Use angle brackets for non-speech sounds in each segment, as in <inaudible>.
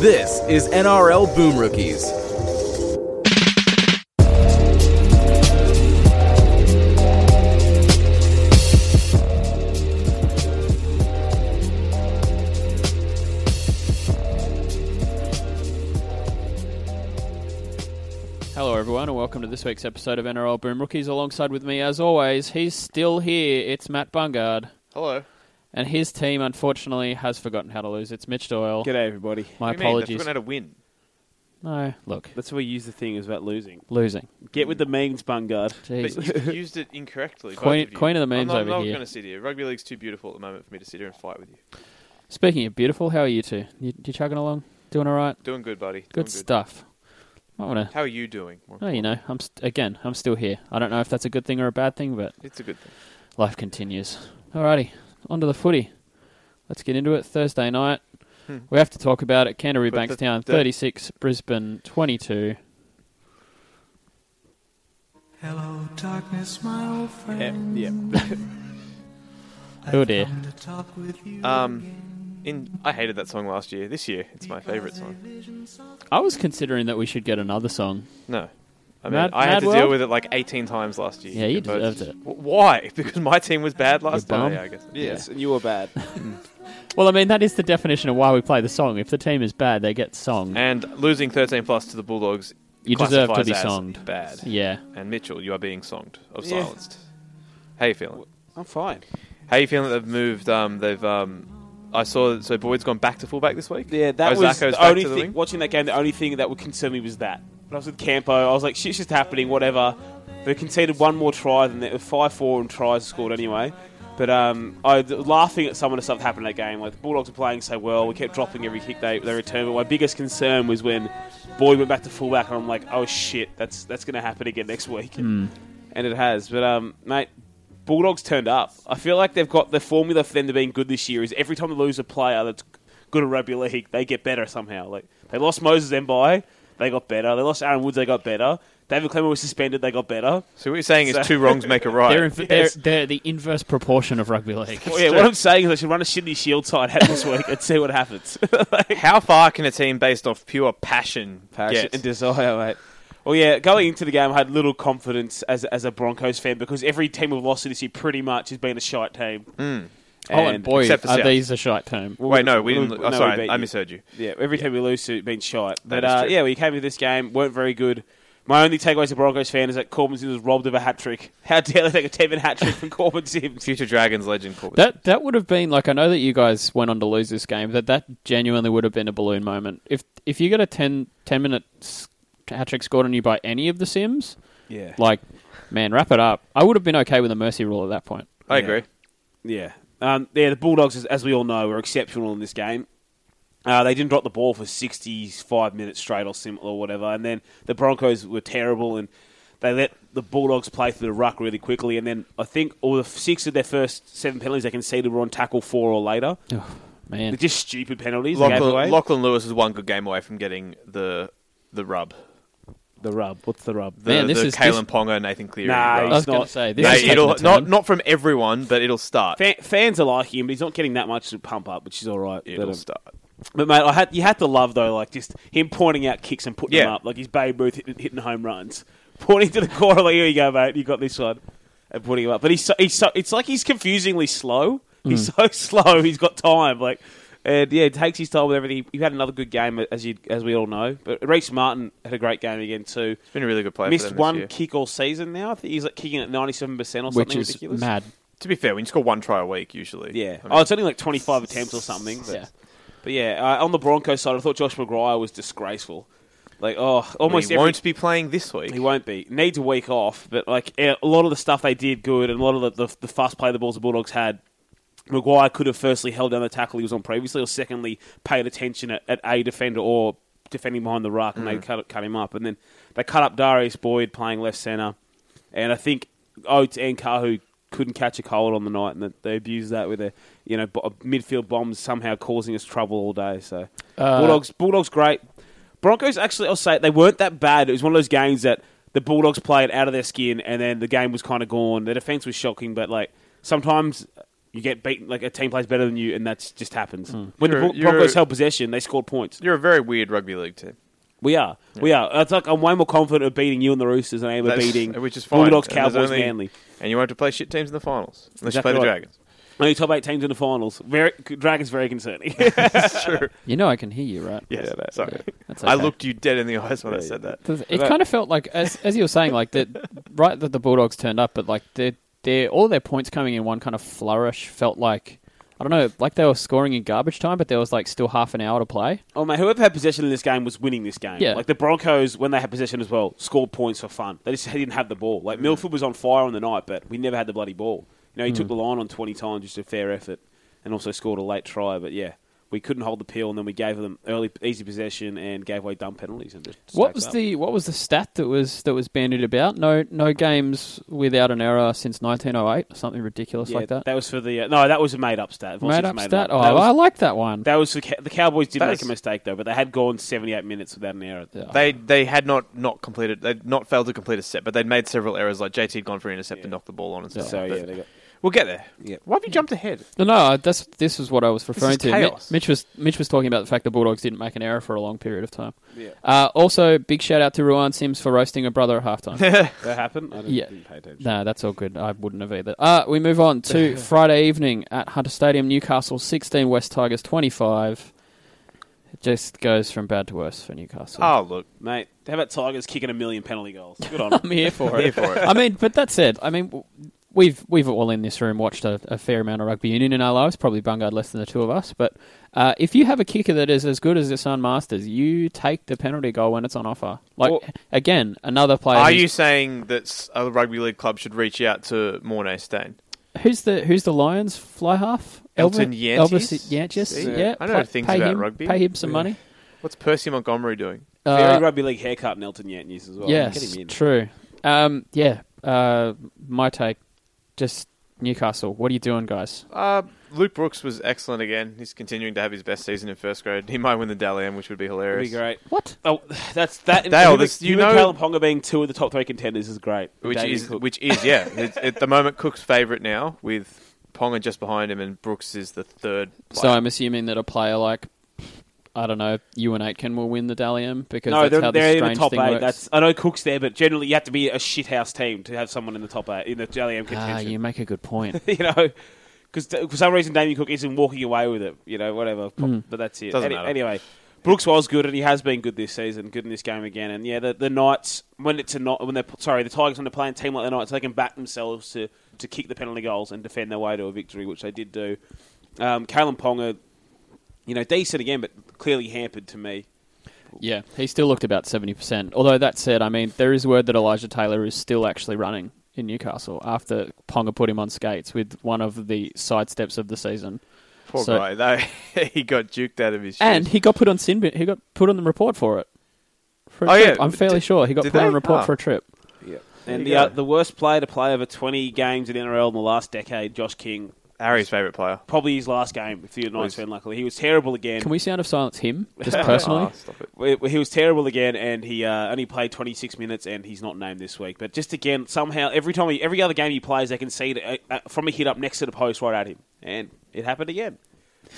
This is NRL Boom Rookies. Hello, everyone, and welcome to this week's episode of NRL Boom Rookies. Alongside with me, as always, he's still here. It's Matt Bungard, Hello. and his team unfortunately has forgotten how to lose. It's Mitch Doyle. G'day, everybody. My What do you mean? They've apologies. forgotten how to win. No, look, That's what we use the thing is about losing. losing. Get with the memes, Bungard. But Jeez. you used it incorrectly. both Queen- of you. queen of the memes I'm not, over I'm not here. going to sit here. Rugby league's too beautiful at the moment for me to sit here and fight with you. Speaking of beautiful, how are you two? You, you chugging along? Doing all right? Doing good, buddy. Doing Good stuff. Might want to. How are you doing? More Oh, you know, I'm st- again. I'm still here. I don't know if that's a good thing or a bad thing, but It's a good thing. life continues. Alrighty, onto the footy. Let's get into it. Thursday night, Hmm. we have to talk about it. Canterbury But the- Bankstown, the- thirty-six, Brisbane twenty-two. Hello, darkness, my old Yeah, friend. yeah. Oh dear. Um, Come to talk with you. Um, in I hated that song last year. This year, it's my favourite song. I was considering that we should get another song. No. I mean, Mad- I had Mad to deal World? with it like 18 times last year. Yeah, you But- deserved it. W- Why? <laughs> Because my team was bad last You time. bum. Yeah, I guess. Yes, and you were bad. Well, I mean, that is the definition of why we play the song. If the team is bad, they get songed. And losing 13 plus to the Bulldogs. You deserve to classifies be as songed. Bad. yeah. And Mitchell, you are being songed of Yeah. silenced. How you feeling? <laughs> I'm fine. How you feeling that they've moved? Um, they've. Um, I saw. that- So Boyd's gone back to fullback this week. Yeah, that was Ozako's the back only to the thing. wing? watching that game, the only thing that would concern me was that. When I was with Campo, I was like, shit's just happening, whatever. They conceded one more try than they were 5 4 and tries scored anyway. But um, I was laughing at some of the stuff that happened in that game. Like, the Bulldogs were playing so well, we kept dropping every kick they, they returned. But my biggest concern was when Boyd went back to fullback, and I'm like, oh shit, that's that's going to happen again next week. And it has. But, um, mate, Bulldogs turned up. I feel like they've got the formula for them to being good this year is every time they lose a player that's good at rugby league, they get better somehow. Like they lost Moses Mbai, they got better. They lost Aaron Woods, they got better. David Clemmer was suspended, they got better. So what you're saying <laughs> So- is two wrongs make a right. They're, in, Yes. they're, they're the inverse proportion of rugby league. Well, yeah, what I'm saying is I should run a Sydney Shield side out this week and see what <laughs> happens. <laughs> How far can a team based off pure passion, passion get? and desire, mate. Well, yeah, going into the game, I had little confidence as, as a Broncos fan because every team we've lost to this year pretty much has been a shite team. oh, and boy, except for are South. these a shite team. Wait, no, we didn't. we- oh, no, we sorry, beat I you. misheard you. Yeah, every time we lose to it, been shot. That But is uh, true. yeah, we came into this game, weren't very good. My only takeaway as a Broncos fan is that Corbin Sims was robbed of a hat trick. <laughs> How dare they take a 10 minute hat trick from <laughs> Corbin Sims? Future Dragons legend Corbin. That that would have been like I know that you guys went on to lose this game, but that genuinely would have been a balloon moment. If if you get a 10, 10 minute s- hat trick scored on you by any of the Sims, Yeah. like man, wrap it up. I would have been okay with a mercy rule at that point. I agree. Yeah. Um, yeah, the Bulldogs, as- as we all know, were exceptional in this game. Uh, they didn't drop the ball for 65 minutes straight or similar or whatever. And then the Broncos were terrible and they let the Bulldogs play through the ruck really quickly. And then I think all the f- six of their first seven penalties they conceded were on tackle four or later. Man, They're just stupid penalties. they gave away. Lachlan, Lachlan Lewis is one good game away from getting the the rub. The rub. What's the rub? The, Man, this the is- Kalen this- Ponga, Nathan Cleary. Nah, rub. I was he's going to not- say this Nah, is it'll taking a not turn. not from everyone, but it'll start. Fan, fans are like him, but he's not getting that much to pump up, which is all right. But, It'll um, start. but, mate, I had you had to love though, like just him pointing out kicks and putting them Yeah. up, like he's Babe Ruth hitting, hitting home runs, <laughs> pointing to the corner. Like here you go, mate, you got this one, and putting him up. But he's so, he's so it's like he's confusingly slow. He's <laughs> so slow. He's got time, like. And yeah, it takes his time with everything. He had another good game, as you as we all know. But Reece Martin had a great game again too. It's been a really good play. for Missed them this one year. kick all season now. I think he's like kicking at ninety seven percent or which something is ridiculous. mad. To be fair, when you score one try a week, usually. I Yeah. mean, oh, it's only like 25 attempts or something. But Yeah. yeah, but yeah uh, on the Broncos side, I thought Josh McGuire was disgraceful. Like, oh, almost he every- won't be playing this week. He won't be. Needs a week off, but like a lot of the stuff they did good and a lot of the, the, the fast play the balls the Bulldogs had, Maguire could have firstly held down the tackle he was on previously, or secondly paid attention at, at a defender or defending behind the ruck, and they cut, cut him up. And then they cut up Darius Boyd playing left centre, and I think Oates and Kahu couldn't catch a cold on the night, and they abused that with their you know bo- midfield bombs somehow causing us trouble all day. So Uh, Bulldogs, Bulldogs, great. Broncos actually, I'll say it, they weren't that bad. It was one of those games that the Bulldogs played out of their skin, and then the game was kind of gone. The defense was shocking, but like sometimes You get beaten like a team plays better than you, and that just happens. When Hmm. You're- the Bro- you're- Broncos held possession, they scored points. You're a very weird rugby league team. We are, we are. It's like I'm way more confident of beating you and the Roosters than I am of That's- beating which is fine. Bulldogs, And there's Cowboys, only- Manly. And you won't have to play shit teams in the finals unless Exactly you play right. the Dragons. Only top eight teams in the finals. Very Dragons, <laughs> very concerning. It's true. You know I can hear you, right? Yes. that- <laughs> Sorry. That's I okay. looked you dead in the <laughs> eyes when I said that. It kind of felt like, as as you were saying, like <laughs> that right that the Bulldogs turned up, but like their their all their points coming in one kind of flourish felt like I don't know, like they were scoring in garbage time, but there was like still half an hour to play. Oh mate, whoever had possession in this game was winning this game. Yeah. Like the Broncos, when they had possession as well, scored points for fun. They just <laughs> didn't have the ball. Like Milford was on fire on the night, but we never had the bloody ball. You know, Hmm. he took the line on twenty times, just a fair effort, and also scored a late try. But yeah, we couldn't hold the peel, and then we gave them early easy possession and gave away dumb penalties. And just What stacked was up. the what was the stat that was that was bandied about? No no games without an error since 1908, something ridiculous Yeah, like that. That was for the uh, no, that was a made up stat. Voss's made up it stat. up. Oh, that was, I like that one. that was for ca- the Cowboys did That make is- a mistake though, but they had gone seventy eight minutes without an error. Yeah. They they had not not completed. They'd not failed to complete a set, but they'd made several errors. Like JT had gone for an intercept and knocked the ball on and stuff. So But yeah, they got. we'll get there. <laughs> Yeah. Why have you jumped ahead? No, no, I- that's this is what I was referring is to. Mi- chaos. Mitch was Mitch was talking about the fact the Bulldogs didn't make an error for a long period of time. Yeah. Uh, also, big shout out to Ruan Sims for roasting a brother at <laughs> halftime. That happened. I didn't, Yeah. didn't pay attention. no, that's all good. I wouldn't have either. Uh, we move on <laughs> to Friday evening at Hunter Stadium, Newcastle, sixteen West Tigers twenty-five. It just goes from bad to worse for Newcastle. Oh look, Mate, how about Tigers kicking a million penalty goals? <laughs> Good on 'em. I'm here <laughs> for it. here for it. I mean, but that said, I mean, w- we've we've all in this room watched a, a fair amount of rugby union in our lives. Probably Bungard less than the two of us. But uh, if you have a kicker that is as good as this on Masters, you take the penalty goal when it's on offer. Like Well- again, another player. Are who's- you saying that s- a rugby league club should reach out to Mornay Stain? who's the who's the Lions fly half? Elton Elvis- Yantis? Elvis Yantis. See? Yeah, I know pla- things pay about him, rugby. Pay him some money. What's Percy Montgomery doing? Very Uh, rugby league haircut, Nelton Yantnews as well. Get Yes, him in. true. Um, yeah, uh, my take. Just Newcastle. What are you doing, guys? Uh, Luke Brooks was excellent again. He's continuing to have his best season in first grade. He might win the Dally M, which would be That'd be hilarious. great. What? Oh, <sighs> that's that. and Dale, you this- and- you you and know- Caleb Ponga being two of the top three contenders is great. Which Davey is Cook. which is yeah. it's, at the moment, Cook's favourite now with Ponga just behind him, and Brooks is the third. So player. I'm assuming that a player like I don't know, you and Aitken will win the Dally M because no, that's they're, how this they're in the strange top eight. thing works. That's I know Cook's there, but generally you have to be a shithouse team to have someone in the top eight in the JLM ah, contention. you make a good <laughs> point. <laughs> you know, because for some reason Damien Cook isn't walking away with it. You know, whatever. Pop- But that's it. Mm. Doesn't Any- matter. Anyway, Brooks was good, and he has been good this season. Good in this game again. And yeah, the, the Knights when it's a not when they're sorry the Tigers when they're playing a team like the Knights, they can back themselves to to kick the penalty goals and defend their way to a victory, which they did do. Um, Kalen Ponga, you know, decent again, but clearly hampered to me. yeah, he still looked about seventy percent. Although that said, I mean, there is word that Elijah Taylor is still actually running in Newcastle after Ponga put him on skates with one of the side steps of the season, Poor so- guy, though. <laughs> he got juked out of his. and shoes. he got put on sin. He got put on the report for it. For a Oh, trip. yeah. I'm fairly Did- sure he got did put on a they? report Ah. for a trip. And you the, uh, go. the worst player to play over 20 games in NRL in the last decade, Josh King, Harry's favourite player. probably his last game if you're a Knights Was- fan, luckily. He was terrible again. Can we sound of silence <laughs> him just personally? Ah, stop it. Well, he was terrible again, and he uh, only played 26 minutes, and he's not named this week. But just again, somehow every time, he, every other game he plays, they can see it uh, uh, from a hit up next to the post right at him, and it happened again.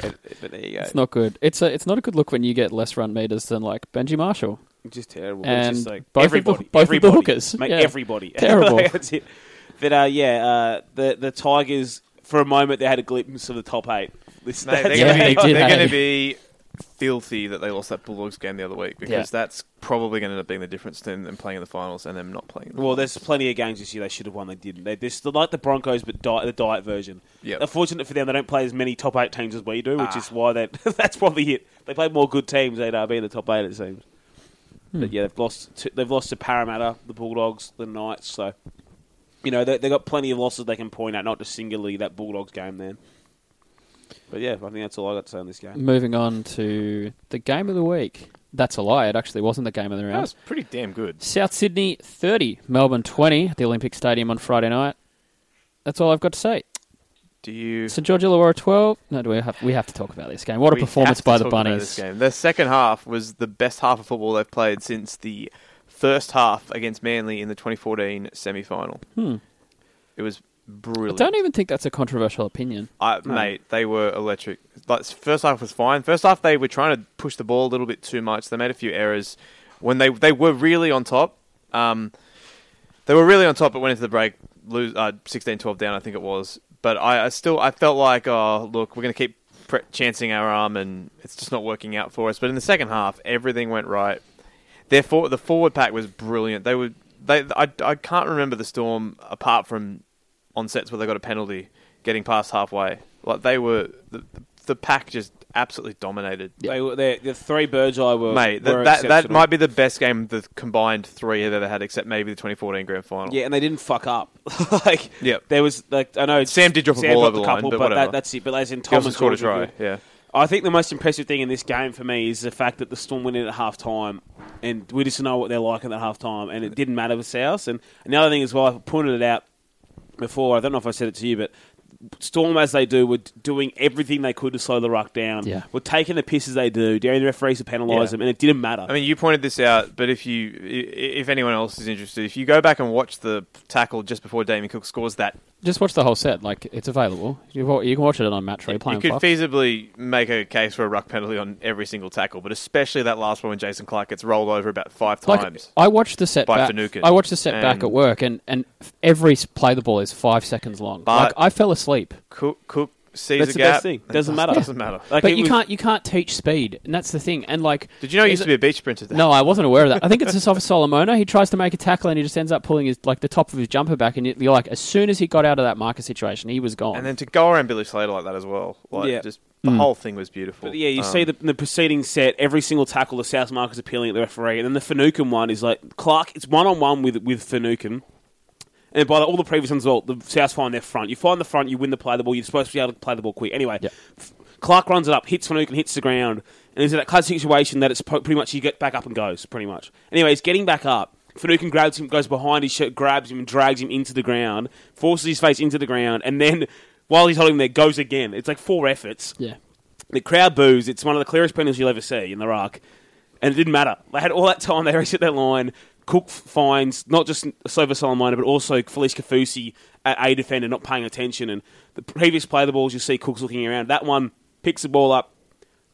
But, but there you go, It's not good. It's a it's not a good look when you get less run meters than like Benji Marshall. just terrible. And it's just like both of the- everybody, both of the everybody, hookers. mate, Yeah. everybody, <laughs> Terrible. Like, that's it. But uh, yeah, uh, the the Tigers for a moment they had a glimpse of the top eight. This, Mate, they're that's- Yeah, gonna they be, did, they're hey. gonna be filthy that they lost that Bulldogs game the other week because Yeah. that's probably going to end up being the difference between them playing in the finals and them not playing. In the Well, finals. there's plenty of games this year they should have won. They didn't. They, this, they're like the Broncos, but diet, the diet version. Yep. Ah. Unfortunate for them, they don't play as many top eight teams as we do, which is why that <laughs> that's probably it. They play more good teams. They'd uh, be in the top eight, it seems. But yeah, they've lost. To, they've lost to Parramatta, the Bulldogs, the Knights. So, you know, they, they've got plenty of losses they can point at, not just singularly that Bulldogs game. Then, but yeah, I think that's all I got to say on this game. Moving on to the game of the week. That's a lie. It actually wasn't the game of the that round. was pretty damn good. South Sydney 30, Melbourne 20 at the Olympic Stadium on Friday night. That's all I've got to say. Do you? St George Illawarra 12. No, do we have we have to talk about this game? What a we have performance to by the talk about this Bunnies. game. The second half was the best half of football they've played since the first half against Manly in the 2014 semi-final. It was Hmm. I brilliant. don't even think that's a controversial opinion. I, Mate, they were electric. Like, first half was fine. First half, they were trying to push the ball a little bit too much. They made a few errors when they they were really on top. Um, they were really on top, but went into the break, lose uh, 16-12 down, I think it was. But I, I still I felt like, oh look, we're going to keep pre- chancing our arm, and it's just not working out for us. But in the second half, everything went right. Their for- the forward pack was brilliant. They were they I, I can't remember the storm apart from on sets where they got a penalty getting past halfway. Like they were the the pack just absolutely dominated. They were they, the three Burgeye were Mate, that, that were that exceptional. might be the best game the combined three have ever had, except maybe the 2014 grand final. Yeah, and they didn't fuck up. <laughs> like, Yep. there was like I know Sam did drop a ball dropped over the line, but whatever. that, that's it. But as in Thomas Thomas scored a scored try. with it. Yeah, I think the most impressive thing in this game for me is the fact that the Storm went in at half time, and we just know what they're like at the half time, and it didn't matter with South. And another thing as well, I pointed it out before. I don't know if I said it to you, but Storm, as they do, were doing everything they could to slow the ruck down. Yeah. were taking the pisses they do, daring the referees to penalise Yeah. them, and it didn't matter. I mean, you pointed this out, but if you, i- if anyone else is interested, if you go back and watch the tackle just before Damien Cook scores that, Just watch the whole set. Like it's available. You, wa- you can watch it on Match Replay. you and could Fox. feasibly make a case for a ruck penalty on every single tackle, but especially that last one when Jason Clark gets rolled over about five times. I watched the set by back. Finucane. I watched the set back And- at work, and and f- every s- play the ball is five seconds long. But- like I fell asleep. Cook, Cook sees That's a the gap. best thing. Doesn't It matter. <laughs> Doesn't matter. Like, but it you was- can't you can't teach speed, and that's the thing. And like, Did you know he is used it- to be a beach sprinter? <laughs> Dan? No, I wasn't aware of that. I think it's just off of Solomona. He tries to make a tackle and he just ends up pulling his like the top of his jumper back. And you're like, as soon as he got out of that marker situation, he was gone. And then to go around Billy Slater like that as well, like Yeah. Mm. just the whole thing was beautiful. But yeah, you Um, see the, the preceding set, every single tackle the South Mark is appealing at the referee, and then the Finucane one is like Clark. It's one on one with with Finucane, and by the, all the previous ones, all the South find their front. You find the front, you win the play the ball. You're supposed to be able to play the ball quick. Anyway, Yeah. F- Clark runs it up, hits Finucane, hits the ground, and it's in that classic situation that it's po- pretty much you get back up and goes pretty much. Anyway, he's getting back up. Finucane grabs him, goes behind his shirt, grabs him, and drags him into the ground, forces his face into the ground, and then. While he's holding him there, goes again. It's like four efforts. yeah, The crowd boos. It's one of the clearest penalties you'll ever see in the ruck. And it didn't matter. They had all that time. <laughs> They reset their line. Cook f- finds not just Sova Solomona, but also Felice Kafusi, a, a defender, not paying attention. And the previous play of the balls, you see Cook's looking around. That one picks the ball up,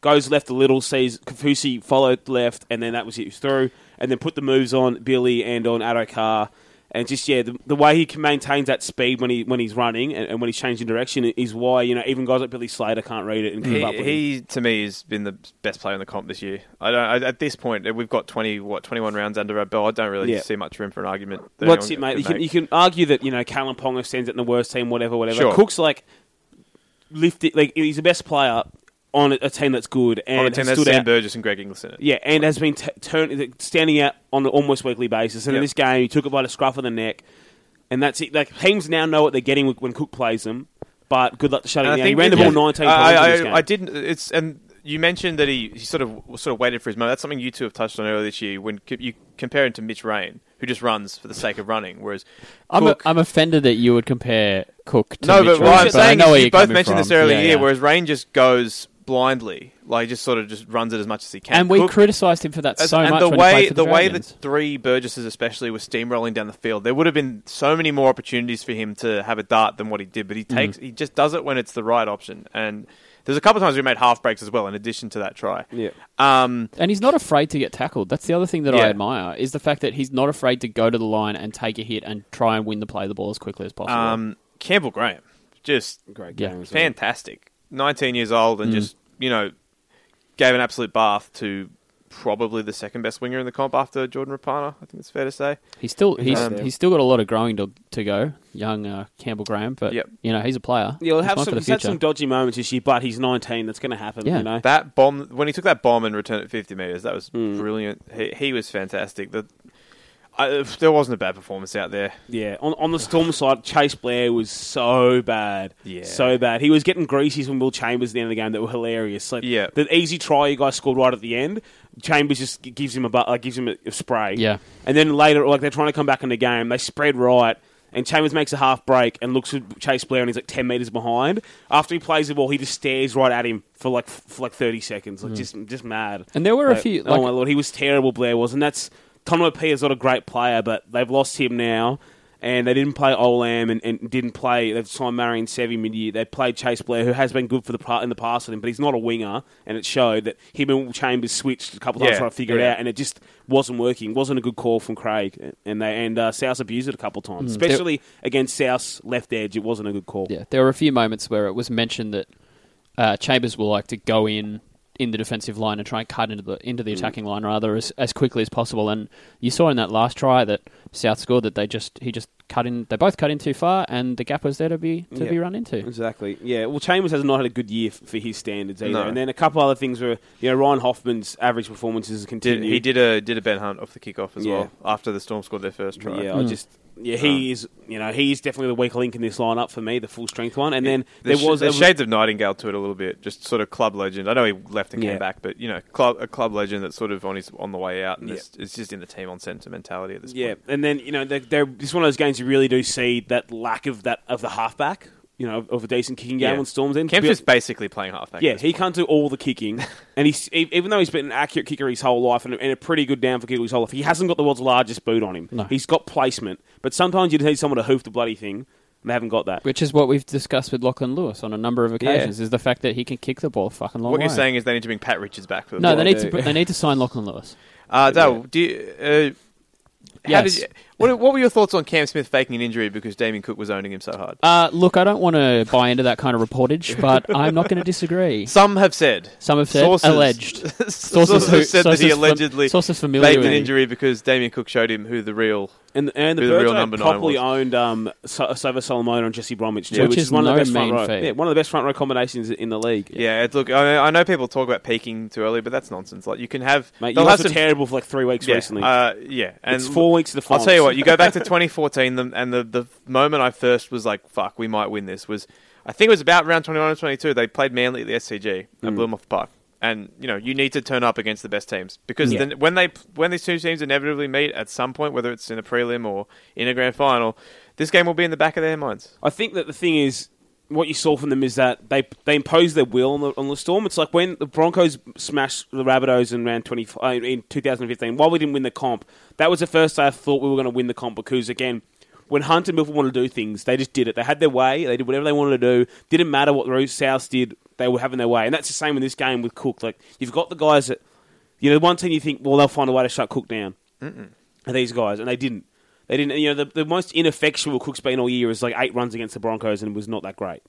goes left a little, sees Kafusi followed left, and then that was it. He was through. And then put the moves on Billy and on Adokar. And just yeah, the, the way he can maintains that speed when he when he's running and, and when he's changing direction is why you know even guys like Billy Slater can't read it and keep up He, with him. he to me has been the best player in the comp this year. I don't. I, at this point, we've got twenty what twenty one rounds under our belt. I don't really Yeah. see much room for an argument. that What's it, anyone mate? You could can, make. you can argue that you know Callum Ponga sends it in the worst team, whatever, whatever. Sure. Cook's like lifted, like he's the best player on a, a team that's good and On a team has that's stood Sam out. Burgess and Greg Inglis in it. Yeah, and has been t- turn, standing out on an almost weekly basis. And in Yep. this game, he took it by the scruff of the neck, and that's it. Like teams now know what they're getting when Cook plays them. But good luck to shutting And I it down. He think ran the that- ball nineteen I, times I, in this game. I didn't. It's and you mentioned that he, he sort of sort of waited for his moment. That's something you two have touched on earlier this year. When c- you compare him to Mitch Rain, who just runs for the sake of running, whereas I'm Cook, I'm offended that you would compare Cook to no, but Mitchell, what I'm I saying know where is you you're both coming mentioned this from. earlier Yeah, in the year, yeah. whereas Rain just goes blindly, like he just sort of just runs it as much as he can. and we Cook- criticised him for that as- so and much. the when he way played for the, way the Dragons. three Burgesses especially were steamrolling down the field, there would have been so many more opportunities for him to have a dart than what he did. But he takes he just does it when it's the right option. And there's a couple of times we made half breaks as well, in addition to that try. Yeah. Um, And he's not afraid to get tackled. That's the other thing that Yeah. I admire is the fact that he's not afraid to go to the line and take a hit and try and win the play the ball as quickly as possible. um, Campbell Graham, just Great Yeah. game as well. fantastic. 19 years old and just, you know, gave an absolute bath to probably the second best winger in the comp after Jordan Rapana. I think it's fair to say. he's still he's Um, he's still got a lot of growing to to go. Young uh, Campbell Graham, but Yep. you know he's a player. Yeah, we'll He's have one some, for the he's had future. some dodgy moments this year, but he's nineteen. That's going to happen. Yeah. You know, That bomb when he took that bomb and returned it 50 meters, that was Hmm. brilliant. He, he was fantastic. The, I, there wasn't a bad performance out there. Yeah, on, on the Storm side, Chase Blair was so bad. Yeah. So bad. He was getting greasies from Will Chambers at the end of the game that were hilarious. Like, Yeah. The easy try you guys scored right at the end, Chambers just g- gives him a, bu- like, gives him a, a spray. Yeah. And then later, like, they're trying to come back in the game. They spread right, and Chambers makes a half break and looks at Chase Blair, and he's like 10 metres behind. After he plays the ball, he just stares right at him for like f- for like 30 seconds. Like, just, just mad. Mm. And there were a Like, few- oh like- my lord, he was terrible. Blair was, and that's Conor P is not a great player, but they've lost him now. and they didn't play Olam and, and didn't play. They've signed Marion Sevi mid-year. They played Chase Blair, who has been good for the part in the past with him, but he's not a winger, and it showed that him and Chambers switched a couple of times Yeah, trying to figure it yeah. out, and it just wasn't working. wasn't a good call from Craig, and they and uh, South abused it a couple of times, especially against South's left edge. It wasn't a good call. Yeah, there were a few moments where it was mentioned that uh, Chambers will like to go in in the defensive line and try and cut into the into Mm. the attacking line rather as as quickly as possible. And you saw in that last try that South scored that they just he just cut in. They both cut in too far, and the gap was there to be to Yeah. Mm. be run into. Exactly. Yeah. Well, Chambers has not had a good year f- for his standards either. No. And then a couple other things were, you know, Ryan Hoffman's average performances Did, continued. he did a did a Ben Hunt off the kickoff as Yeah. well after the Storm scored their first try. Hmm. Um, Yeah. I just. Yeah, he is. You know, he is definitely the weak link in this lineup for me, the full strength one. And then There there was there's a- shades of Nightingale to it a little bit, just sort of club legend. I know he left and Yeah. came back, but you know, club, a club legend that's sort of on his on the way out, and Yeah. it's, it's just in the team on sentimentality at this Yeah, point. and then you know they're, they're it's one of those games you really do see that lack of that of the halfback. You know, of a decent kicking game Yeah. on Storm's end. To Kemp's be- just basically playing halfback. Yeah, at this he can't do all <laughs> the kicking, and he's e- even though he's been an accurate kicker his whole life and, a- and a pretty good down for kicker his whole life, he hasn't got the world's largest boot on him. No. He's got placement, but sometimes you need someone to hoof the bloody thing, and they haven't got that. Which is what we've discussed with Lachlan Lewis on a number of occasions is the fact that he can kick the ball a fucking long What way. you're saying is they need to bring Pat Richards back for the No, ball. they need they- to they need to sign Lachlan Lewis. Uh, Dale, do you, uh, how Yes. did you, what, what were your thoughts on Cam Smith faking an injury because Damien Cook was owning him so hard? Uh, look, I don't want to buy into that kind of reportage, but I'm not going to disagree. Some have said. <laughs> Some have said sources, alleged. sources Sources who- have said that sources he fam- allegedly sources familiar faked with an him. injury because Damien Cook showed him who the real. And, and the, Who the the real Birds number nine properly was. owned um, so- Sova Solomon and Jesse Bromwich too, Which which, is is one of no the best front mean row. feat. Yeah, one of the best front row combinations in the league. Yeah, it's, look, I, I know people talk about peaking too early, but that's nonsense. Like you can have, Mate, you they'll guys have were some terrible for like three weeks yeah, recently. Uh, yeah, and it's four weeks to the I'll finals. tell you what. You go back <laughs> to 2014, the, and the the moment I first was like, "Fuck, we might win this." Was I think it was about round 21 or 22. They played Manly at the SCG Hmm. and blew them off the park. And you know, you need to turn up against the best teams because Yeah. then when they when these two teams inevitably meet at some point, whether it's in a prelim or in a grand final, this game will be in the back of their minds. I think that the thing is, what you saw from them is that they they imposed their will on the, on the Storm. It's like when the Broncos smashed the Rabbitohs in round twenty uh, in 2015. While we didn't win the comp, that was the first day I thought we were going to win the comp because again. When Hunt and Milford wanted to do things, they just did it. They had their way. They did whatever they wanted to do. Didn't matter what Rose South did. They were having their way, and that's the same in this game with Cook. Like you've got the guys that, you know, the one team you think, well, they'll find a way to shut Cook down are these guys, and they didn't. They didn't. You know, the, the most ineffectual Cook's been all year is like eight runs against the Broncos, and was not that great.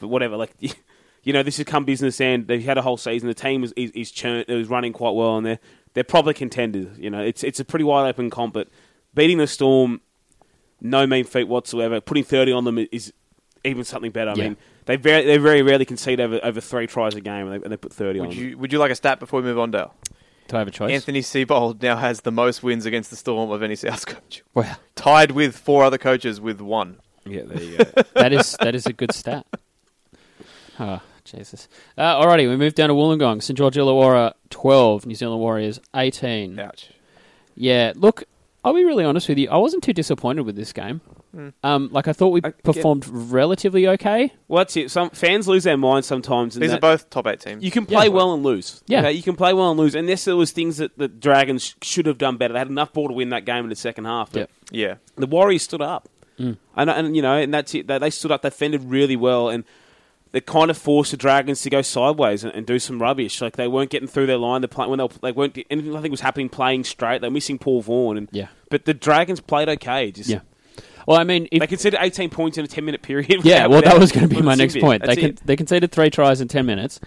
But whatever, like <laughs> you know, this has come business end. They've had a whole season. The team is is, is churn, it was running quite well, and they're they're probably contenders. You know, it's it's a pretty wide open comp, but beating the Storm, no mean feat whatsoever. Putting thirty on them is even something better. I Yeah. mean, they very they very rarely concede over over three tries a game, and they, and they put thirty on Would them. you would you like a stat before we move on, Dale? Do I have a choice? Anthony Seabold now has the most wins against the Storm of any South coach, Wow, tied with four other coaches with one. yeah, there you go. that is that is a good stat. <laughs> Oh, Jesus. Uh, alrighty, we move down to Wollongong. St George Illawarra twelve, New Zealand Warriors eighteen. Hmm. Ouch. Yeah, look, I'll be really honest with you. I wasn't too disappointed with this game. Um, like I thought we I get- performed relatively okay. well, that's it. Some fans lose their minds sometimes. and These that- are both top eight teams. You can play Yeah. well and lose. Yeah. Okay, you can play well and lose. Unless there was things that the Dragons sh- should have done better. They had enough ball to win that game in the second half. But Yep. yeah. the Warriors stood up, Mm. and, and you know, and that's it. They, they stood up. They fended really well, and they kind of forced the Dragons to go sideways and, and do some rubbish. Like they weren't getting through their line. They play, when they, were- they weren't anything. Nothing was happening. Playing straight. They're missing Paul Vaughan. And, Yeah. But the Dragons played okay. Just Yeah. Well, I mean, if, They conceded 18 points in a 10 minute <laughs> period. Yeah, well, that without- was going to be with my a next Zimbit. point. They That's con- it. they conceded three tries in ten minutes,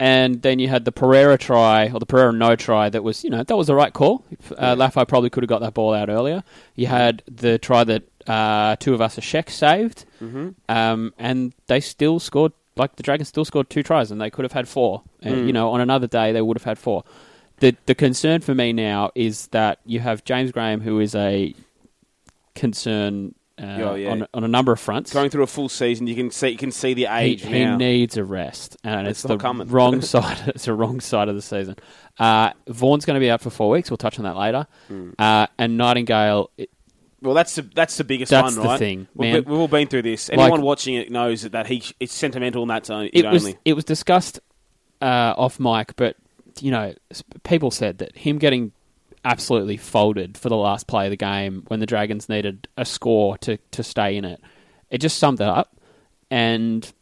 and then you had the Pereira try or the Pereira no try that was you know that was the right call. Uh, Laffey probably could have got that ball out earlier. You had the try that uh, two of us a Sheck saved, Mm-hmm. um, and they still scored. Like the Dragons still scored two tries, and they could have had four. And Mm. you know, on another day they would have had four. The the concern for me now is that you have James Graham, who is a concern uh, Oh, yeah. on on a number of fronts going through a full season, you can see you can see the he, age he now. needs a rest, and it's, It's the not coming. <laughs> wrong side. <laughs> It's the wrong side of the season. Uh, Vaughan's going to be out for four weeks. We'll touch on that later. Hmm. Uh, and Nightingale, it- well, that's the that's the biggest That's one, the right? thing, We've, man. we've all been through this. Like- Anyone watching it knows that, that he it's sentimental and that's only. it was only. it was discussed uh, off mic, but you know, s- people said that him getting absolutely folded for the last play of the game when the Dragons needed a score to, to stay in it. It just summed it up. And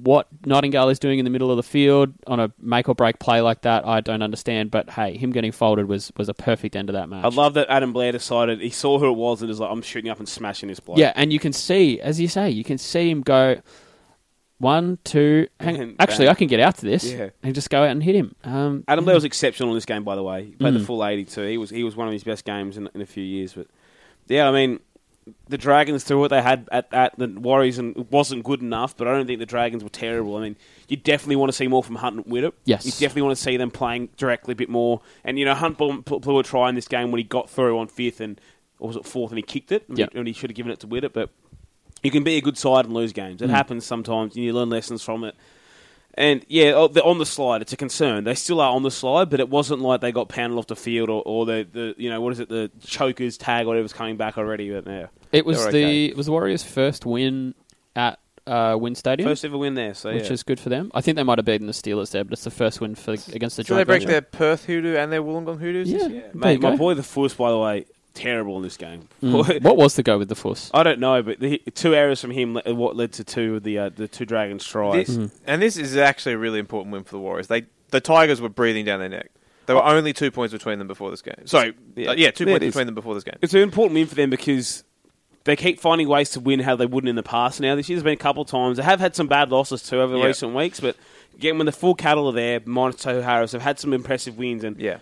what Nightingale is doing in the middle of the field on a make or break play like that, I don't understand. But hey, him getting folded was, was a perfect end to that match. I love that Adam Blair decided he saw who it was and was like, I'm shooting up and smashing this bloke. Yeah, and you can see, as you say, you can see him go one, two. Hang, And actually, bang. I can get out to this Yeah. and just go out and hit him. Um, Adam Blair was exceptional in this game, by the way. He Mm. played the full 80 too. He was he was one of his best games in, in a few years. But yeah, I mean, the Dragons threw what they had at, at the Warriors and it wasn't good enough. But I don't think the Dragons were terrible. I mean, you definitely want to see more from Hunt and Widdup. Yes. you definitely want to see them playing directly a bit more. And you know, Hunt blew, blew a try in this game when he got through on fifth and or was it fourth and he kicked it and, Yeah. he, and he should have given it to Widdup, but. You can be a good side and lose games. It Mm. happens sometimes, and you learn lessons from it. And yeah, oh, they're on the slide. It's a concern. They still are on the slide, but it wasn't like they got pounded off the field or, or the, the you know what is it the chokers tag or whatever's coming back already. But yeah, it was They were the it was the Warriors' first win at uh, Win Stadium, first ever win there. So which yeah. is good for them. I think they might have beaten the Steelers there, but it's the first win for against the. So they joint break venture. their Perth hoodoo and their Wollongong hoodoos. Yeah, this year? yeah, there you mate, my go. boy the force by the way terrible in this game. Mm. <laughs> what was the go with the force? Oh, I don't know, but the, two errors from him le- what led to two of the uh, the two dragons tries. Mm. This, And this is actually a really important win for the Warriors. They the Tigers were breathing down their neck. There were only two points between them before this game. Sorry, Yeah. yeah, yeah two Yeah, it points is. between them before this game. It's an important win for them because they keep finding ways to win how they wouldn't in the past. Now this year there's been a couple of times they have had some bad losses too over the Yeah. recent weeks, but again when the full cattle are there, minus Tohu Harris, have had some impressive wins and Yeah,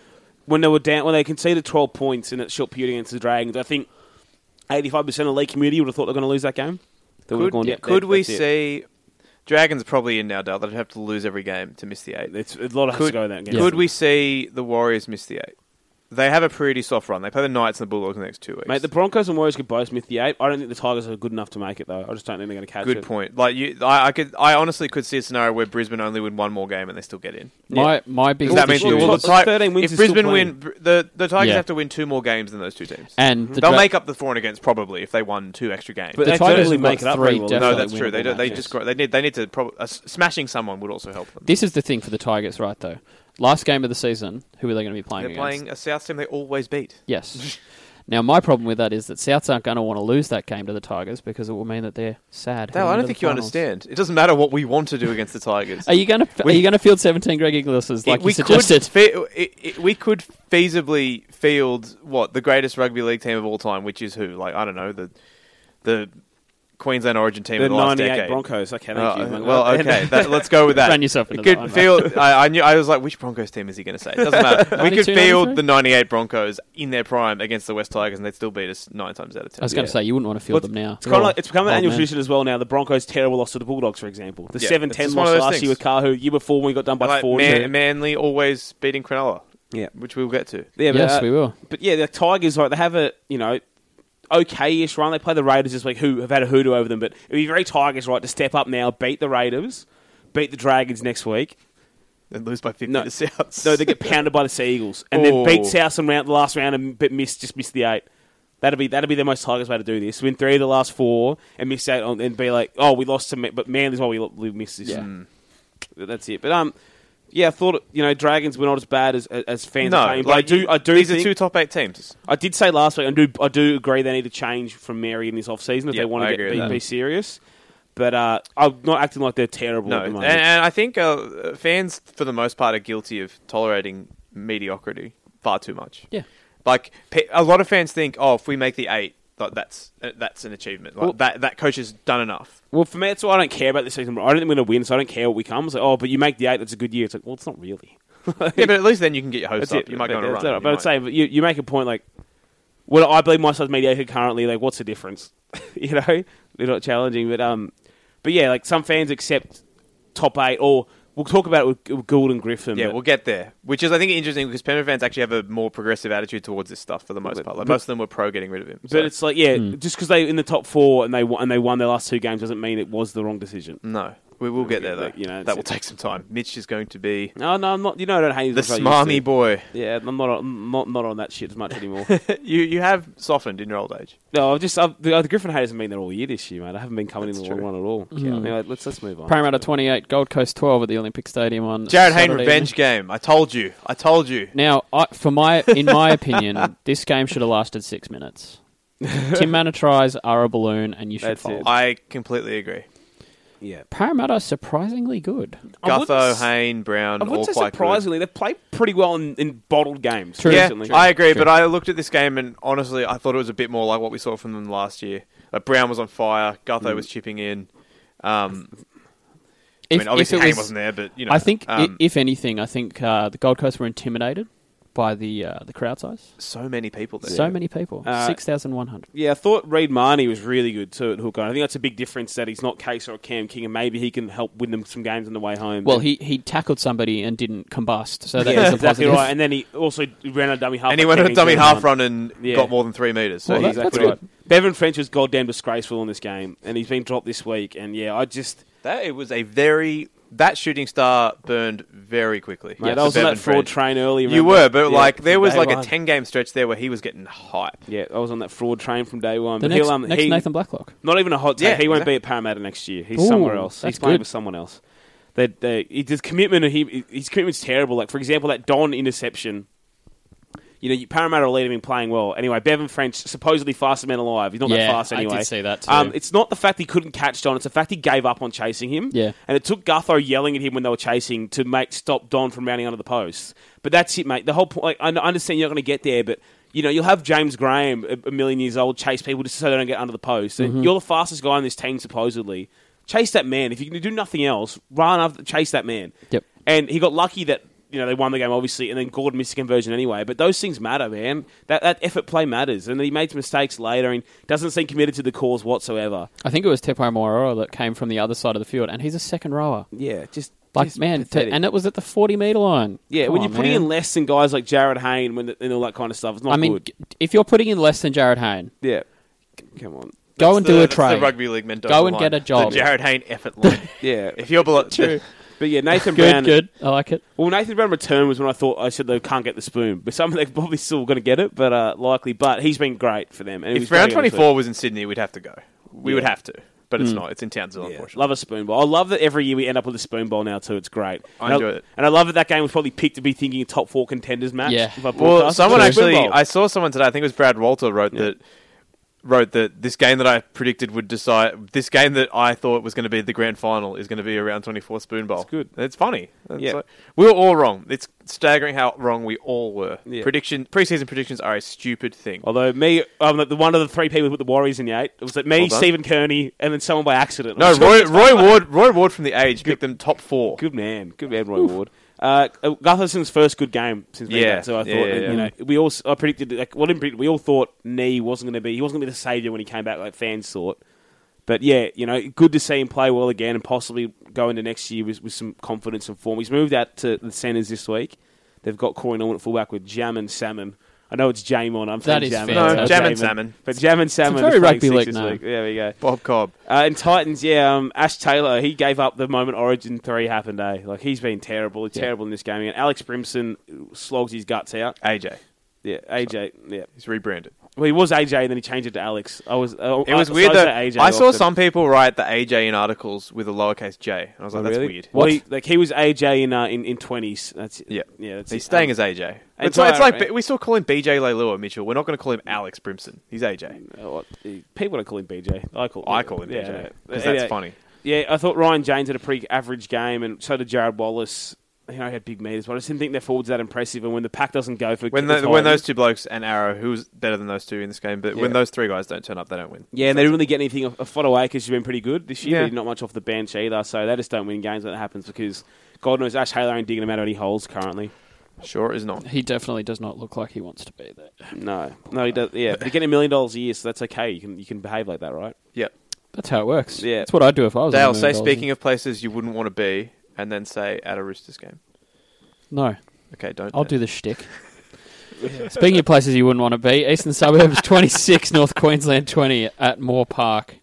when they were down when they conceded twelve points in that short period against the Dragons, I think eighty five percent of the league community would have thought they're going to lose that game. They would have could, gone, "Yep, could that- we that's it." see Dragons are probably in now, Dale. They'd have to lose every game to miss the eight. It's a lot has to Could, go in that game. could we see the Warriors miss the eight? They have a pretty soft run. They play the Knights and the Bulldogs in the next two weeks. Mate, the Broncos and Warriors could both miss the eight. I don't think the Tigers are good enough to make it though. I just don't think they're going to catch Good it. point. Like you, I, I could, I honestly could see a scenario where Brisbane only win one more game and they still get in. My my biggest Because that means issue the, Well, well, is, it's the Ti- 13 wins if is still Brisbane plenty. win, Br- the the Tigers Yeah. have to win two more games than those two teams. and Mm-hmm. the Mm-hmm. They'll Dra- make up the four and against probably if they won two extra games. But The they Tigers totally have got make it up three very well. definite no, definitely that's true. They winnable do, they matches. just grow- they need they need to prob- uh, s- smashing someone would also help them. This is the thing for the Tigers, right? Though, last game of the season, who are they going to be playing? They're against? playing a South team they always beat. Yes. now, my problem with that is that Souths aren't going to want to lose that game to the Tigers because it will mean that they're sad. Dale, heading I into don't the think you finals. understand. It doesn't matter what we want to do against the Tigers. Are you going to are We- you going to field seventeen Greg Inglis's like It- you we suggested? Could fe- it- it- we could feasibly field what the greatest rugby league team of all time, which is who? Like I don't know the the Queensland Origin team The of the last 98 decade. Broncos. Okay, thank Oh, you. Uh, Mate. well, okay, <laughs> that, let's go with that. Ran yourself We into could that one, mate. field. I, I knew. I was like, which Broncos team is he going to say? It doesn't <laughs> matter. we could 92, field 93? the '98 Broncos in their prime against the West Tigers, and they'd still beat us nine times out of ten. I was going to Yeah. say you wouldn't want to field Well, them now. It's, kind of Oh, like, it's become an old annual man. tradition as well now. The Broncos' terrible loss to the Bulldogs, for example. The Yeah, seven it's ten just one loss of those last things. year with Carhu. Year before we got done by like 40. Man- Manly always beating Cronulla. Yeah. which we'll get to. yeah, but, yes, uh, we will. But yeah, the Tigers, like, they have a, you know, okay-ish run. They play the Raiders this week, who have had a hoodoo over them. But it would be very Tigers, right, to step up now, beat the Raiders, beat the Dragons next week. And lose by fifty No. to Souths. No, they get pounded by the Seagulls. And Oh. then beat South and round, the last round and but miss, just miss the eight. That'd be that'd be the most Tigers way to do this. Win three of the last four and miss out on, and be like, oh, we lost to, Ma- but Manly's why we, lo- we missed this. Yeah. Mm. That's it. But um, yeah, I thought you know Dragons were not as bad as as fans no. are claiming, But I like, do you- I do These think, are two top eight teams. I did say last week, I do I do agree they need to change from Mary in this offseason if Yeah, they want I to agree get with be, that. be serious. But uh, I'm not acting like they're terrible No, at the and, moment. and I think uh, fans, for the most part, are guilty of tolerating mediocrity far too much. Yeah. Like pe- a lot of fans think, oh, if we make the eight, like, that's uh, that's an achievement. Like, that that coach has done <laughs> enough. Well, for me, that's why I don't care about this season. I don't think we're going to win, so I don't care what we come. It's like, oh, but you make the eight, that's a good year. It's like, well, it's not really. yeah, but at least then you can get your hopes up. That's it. You might go on a That's run. it. You But I'd might- say but you, you make a point like, well, I believe my side's mediocre currently. Like, what's the difference? <laughs> you know, they're not challenging. But um, but yeah, like some fans accept top eight, or we'll talk about it with, with Gould and Griffin. yeah, but- we'll get there. Which is, I think, interesting because Penrith fans actually have a more progressive attitude towards this stuff for the most But- part. Like, but- most of them were pro getting rid of him. so- but it's like, yeah, just because they in the top four and they won, and they won their last two games doesn't mean it was the wrong decision. no. We will get there get though. there, you know, that it's- will take some <laughs> time. Mitch is going to be No, no, I'm not. You know, I don't hate him the as I used to. smarmy <laughs> boy. Yeah, I'm not, on- not not on that shit as <laughs> much anymore. you you have softened in your old age. no, I've just I've, the, the Griffin haters have been there all year this year, mate. I haven't been coming in That's the long true. run at all. Yeah, anyway, let's let's move on. Parramatta 28, Gold Coast 12 at the Olympic Stadium on Jared Hayne Saturday revenge game. I told you. I told you. Now, I, for my, in my opinion, <laughs> this game should have lasted six <laughs> minutes. Tim Manor tries are a balloon, and you should That's it. fold. I completely agree. yeah, Parramatta surprisingly good. I wouldn't Gutho, s- Hayne, Brown, I wouldn't all say quite good. surprisingly, they've played pretty well in, in bottled games. True. Yeah, recently. I agree, True. but I looked at this game and honestly, I thought it was a bit more like what we saw from them last year. Like Brown was on fire, Mm. Gutho was chipping in. Um, I mean, obviously it Hayne was- wasn't there, but you know, I think, i- um, if anything, I think uh, the Gold Coast were intimidated by the uh, the crowd size. so many people there. So many people, Uh, six thousand one hundred. Yeah, I thought Reid Marnie was really good too at hooker. I think that's a big difference that he's not Case or Cam King, and maybe he can help win them some games on the way home. Well, he he tackled somebody and didn't combust, so that yeah, is a exactly positive. right. And then he also ran a dummy half. and he like went on a Kevin dummy King half run. run and Yeah. got more than three meters. So Well, he's that- that's exactly right. good. Bevan French was goddamn disgraceful in this game, and he's been dropped this week. And yeah, I just That it was a very that shooting star burned very quickly. mate, Yeah, I was on that fraud train earlier. You were, but Yeah, like there from was day like a one. ten game stretch there where he was getting hype. Yeah, I was on that fraud train from day one. the But next, he'll, um, next he, Nathan Blacklock. not even a hot take. Yeah, he won't exactly. be at Parramatta next year. He's Ooh, somewhere else. that's He's playing good. with someone else. They, they, he- his commitment, he, his commitment's terrible. Like for example, that Don interception. You know, you- Parramatta will lead him in playing well. Anyway, Bevan French, supposedly fastest man alive. He's not Yeah, that fast I anyway. did see that too. Um, it's not the fact he couldn't catch Don. It's the fact he gave up on chasing him. Yeah. And it took Gutho yelling at him when they were chasing to make stop Don from rounding under the post. But that's it, mate. The whole point. Like, I n- I understand you're not going to get there, but you know you'll have James Graham, a, a million years old, chase people just so they don't get under the post. And You're the fastest guy in this team, supposedly. Chase that man. If you can do nothing else, run after chase that man. Yep. And he got lucky that you know they won the game, obviously, and then Gordon missed a conversion anyway. But those things matter, man. That that effort play matters, and he made mistakes later and doesn't seem committed to the cause whatsoever. I think it was Tepo Moirora that came from the other side of the field, and he's a second rower. Yeah, just Like just man, to, pathetic. and it was at the forty meter line. yeah, Come when on, you're putting man. in less than guys like Jared Hayne when the, and all that kind of stuff, it's not I mean, good. g- if you're putting in less than Jared Hayne, Yeah, C- come on. go That's and the- do a that's the trade. rugby league mentality. Go and get a job. The Jared Hayne <laughs> effort line. Yeah, if you're below, true. But yeah, Nathan Brown. Good, good. I like it. Well, Nathan Brown return was when I thought I said they can't get the spoon, but some of them <laughs> probably still going to get it, but uh, likely. But he's been great for them. And he was if round great on twenty the field. four was in Sydney, we'd have to go. We would Yeah. Hmm. have to, but it's not. It's in Townsville, Yeah, unfortunately. Love a spoon bowl. I love that every year we end up with a spoon bowl now too. It's great. I And enjoy it. and I love that that game was probably picked to be thinking top four contenders match. Yeah. if Well, I broadcast it. someone Spoon actually, bowl. I saw someone today. I think it was Brad Walter wrote that wrote that this game that I predicted would decide. This game that I thought was going to be the grand final is going to be around twenty four spoon bowl. That's good. It's funny. That's Yeah. like- we were all wrong. It's staggering how wrong we all were. Yeah. Prediction preseason predictions are a stupid thing. Although me, um, the one of the three people who put the Warriors in the eight it was that me, Well done. Stephen Kearney, and then someone by accident. No, Roy, Roy Ward, Roy Ward from the Age picked them top four. Good man, good man, Roy Ward. Uh, Gutherson's first good game since being Yeah, back, so I thought yeah, yeah, and, you yeah. know we all I predicted like well, I didn't predict, we all thought Nee wasn't going to be he wasn't going to be the savior when he came back like fans thought, but yeah, you know, good to see him play well again and possibly go into next year with, with some confidence and form. He's moved out to the centres this week. They've got Corey Norman at fullback with Jam and Salmon. I know it's Jamon. I'm That saying is Jamon. fantastic. No, Jam and Jamin. Salmon. But Jam and Salmon. very are playing rugby six league this name. week. There we go. Bob Cobb. Uh, and Titans, yeah, um, Ash Taylor, he gave up the moment Origin 3 happened, eh? Like, he's been terrible, Yeah. terrible in this game. And Alex Brimson slogs his guts out. AJ. Yeah, AJ, yeah. He's rebranded. Well, he was AJ, and then he changed it to Alex. I was, uh, It was I, weird so I was though. at AJ I saw often. some people write the AJ in articles with a lowercase j, and I was like, Oh, "That's really? weird." Well, What? he, like, he was AJ in, uh, in, in 20s. That's Yeah, Yeah, that's he's it. staying Um, as AJ. and It's like, it's like Tyra, right? we still call him BJ Leilua Mitchell. We're not going to call him Alex Brimson. He's AJ. uh, what- People don't call him BJ. I call I call him BJ yeah. 'cause Anyway, that's funny. Yeah, I thought Ryan James had a pretty average game, and so did Jared Wallace. You know, he had big meters, but I just didn't think their forwards that impressive. And when the pack doesn't go for When the the, when Titans- those two blokes and Arrow, who's better than those two in this game? But when Yeah. those three guys don't turn up, they don't win. Yeah, and they didn't really get anything off, off away because you've been pretty good this year. Yeah. But you're not much off the bench either, so they just don't win games when that happens because God knows Ash Haler ain't digging them out of any holes currently. Sure is <laughs> not. He definitely does not look like he wants to be there. No, no, he does. Yeah, they're getting a million dollars a year, so that's okay. You can you can behave like that, right? Yep. That's how it works. Yeah. that's what I'd do if I was. Dale, say speaking of places you wouldn't want to be, and then say at a Roosters game. no, Okay, don't. I'll do the <laughs> shtick. Speaking of places you wouldn't want to be, Eastern Suburbs <laughs> 26, North Queensland 20 at Moore Park.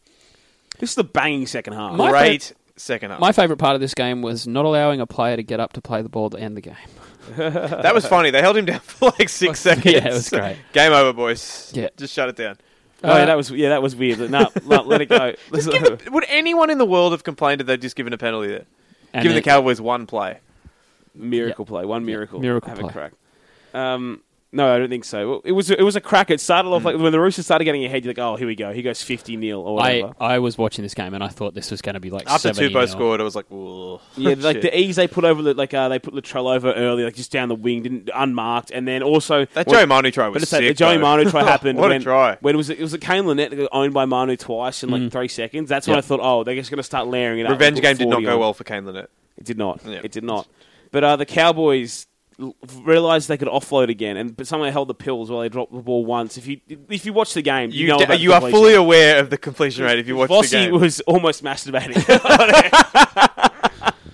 This is the banging second half. My- Great second half. My favourite part of this game was not allowing a player to get up to play the ball to end the game. that was funny. They held him down <laughs> for like <laughs> six Yeah, seconds. it was great. Game over, boys. Yeah. Just shut it down. Oh, Uh, yeah, that was yeah, that was weird. Like, No, no, let it go. <laughs> <laughs> Just give the, would anyone in the world have complained if they'd just given a penalty there? And given it- the Cowboys one play. miracle play, one miracle, miracle have play. a crack. Um, no, I don't think so. Well, It was it was a crack. It started Mm. off like when the Roosters started getting ahead. You're like, oh, here we go. He goes fifty nil or I, whatever. I was watching this game and I thought this was going to be like After 70 Tupou nil. scored, I was like, Whoa. <laughs> <laughs> yeah, like Shit. the ease they put over, the- like uh, they put Latrell over early, like just down the wing, didn't unmarked, and then also that Well, Joey Manu try was But it's sick. like the Joey though. <laughs> Manu try happened. What a when, try. When was it? It was a Kane Lynette that got owned by Manu twice in like three seconds. That's when Mm. Yeah. I thought, oh, they're just going to start layering it up. Revenge They put game did not 40 go on. well for Kane Lynette. It did not. Yeah. It did not. But uh, the Cowboys realized they could offload again, and but someone held the pills while they dropped the ball once. If you if you watch the game, you, You, know d- about you are completion. fully aware of the completion rate if you watch Vossi the game. was almost <laughs> masturbating.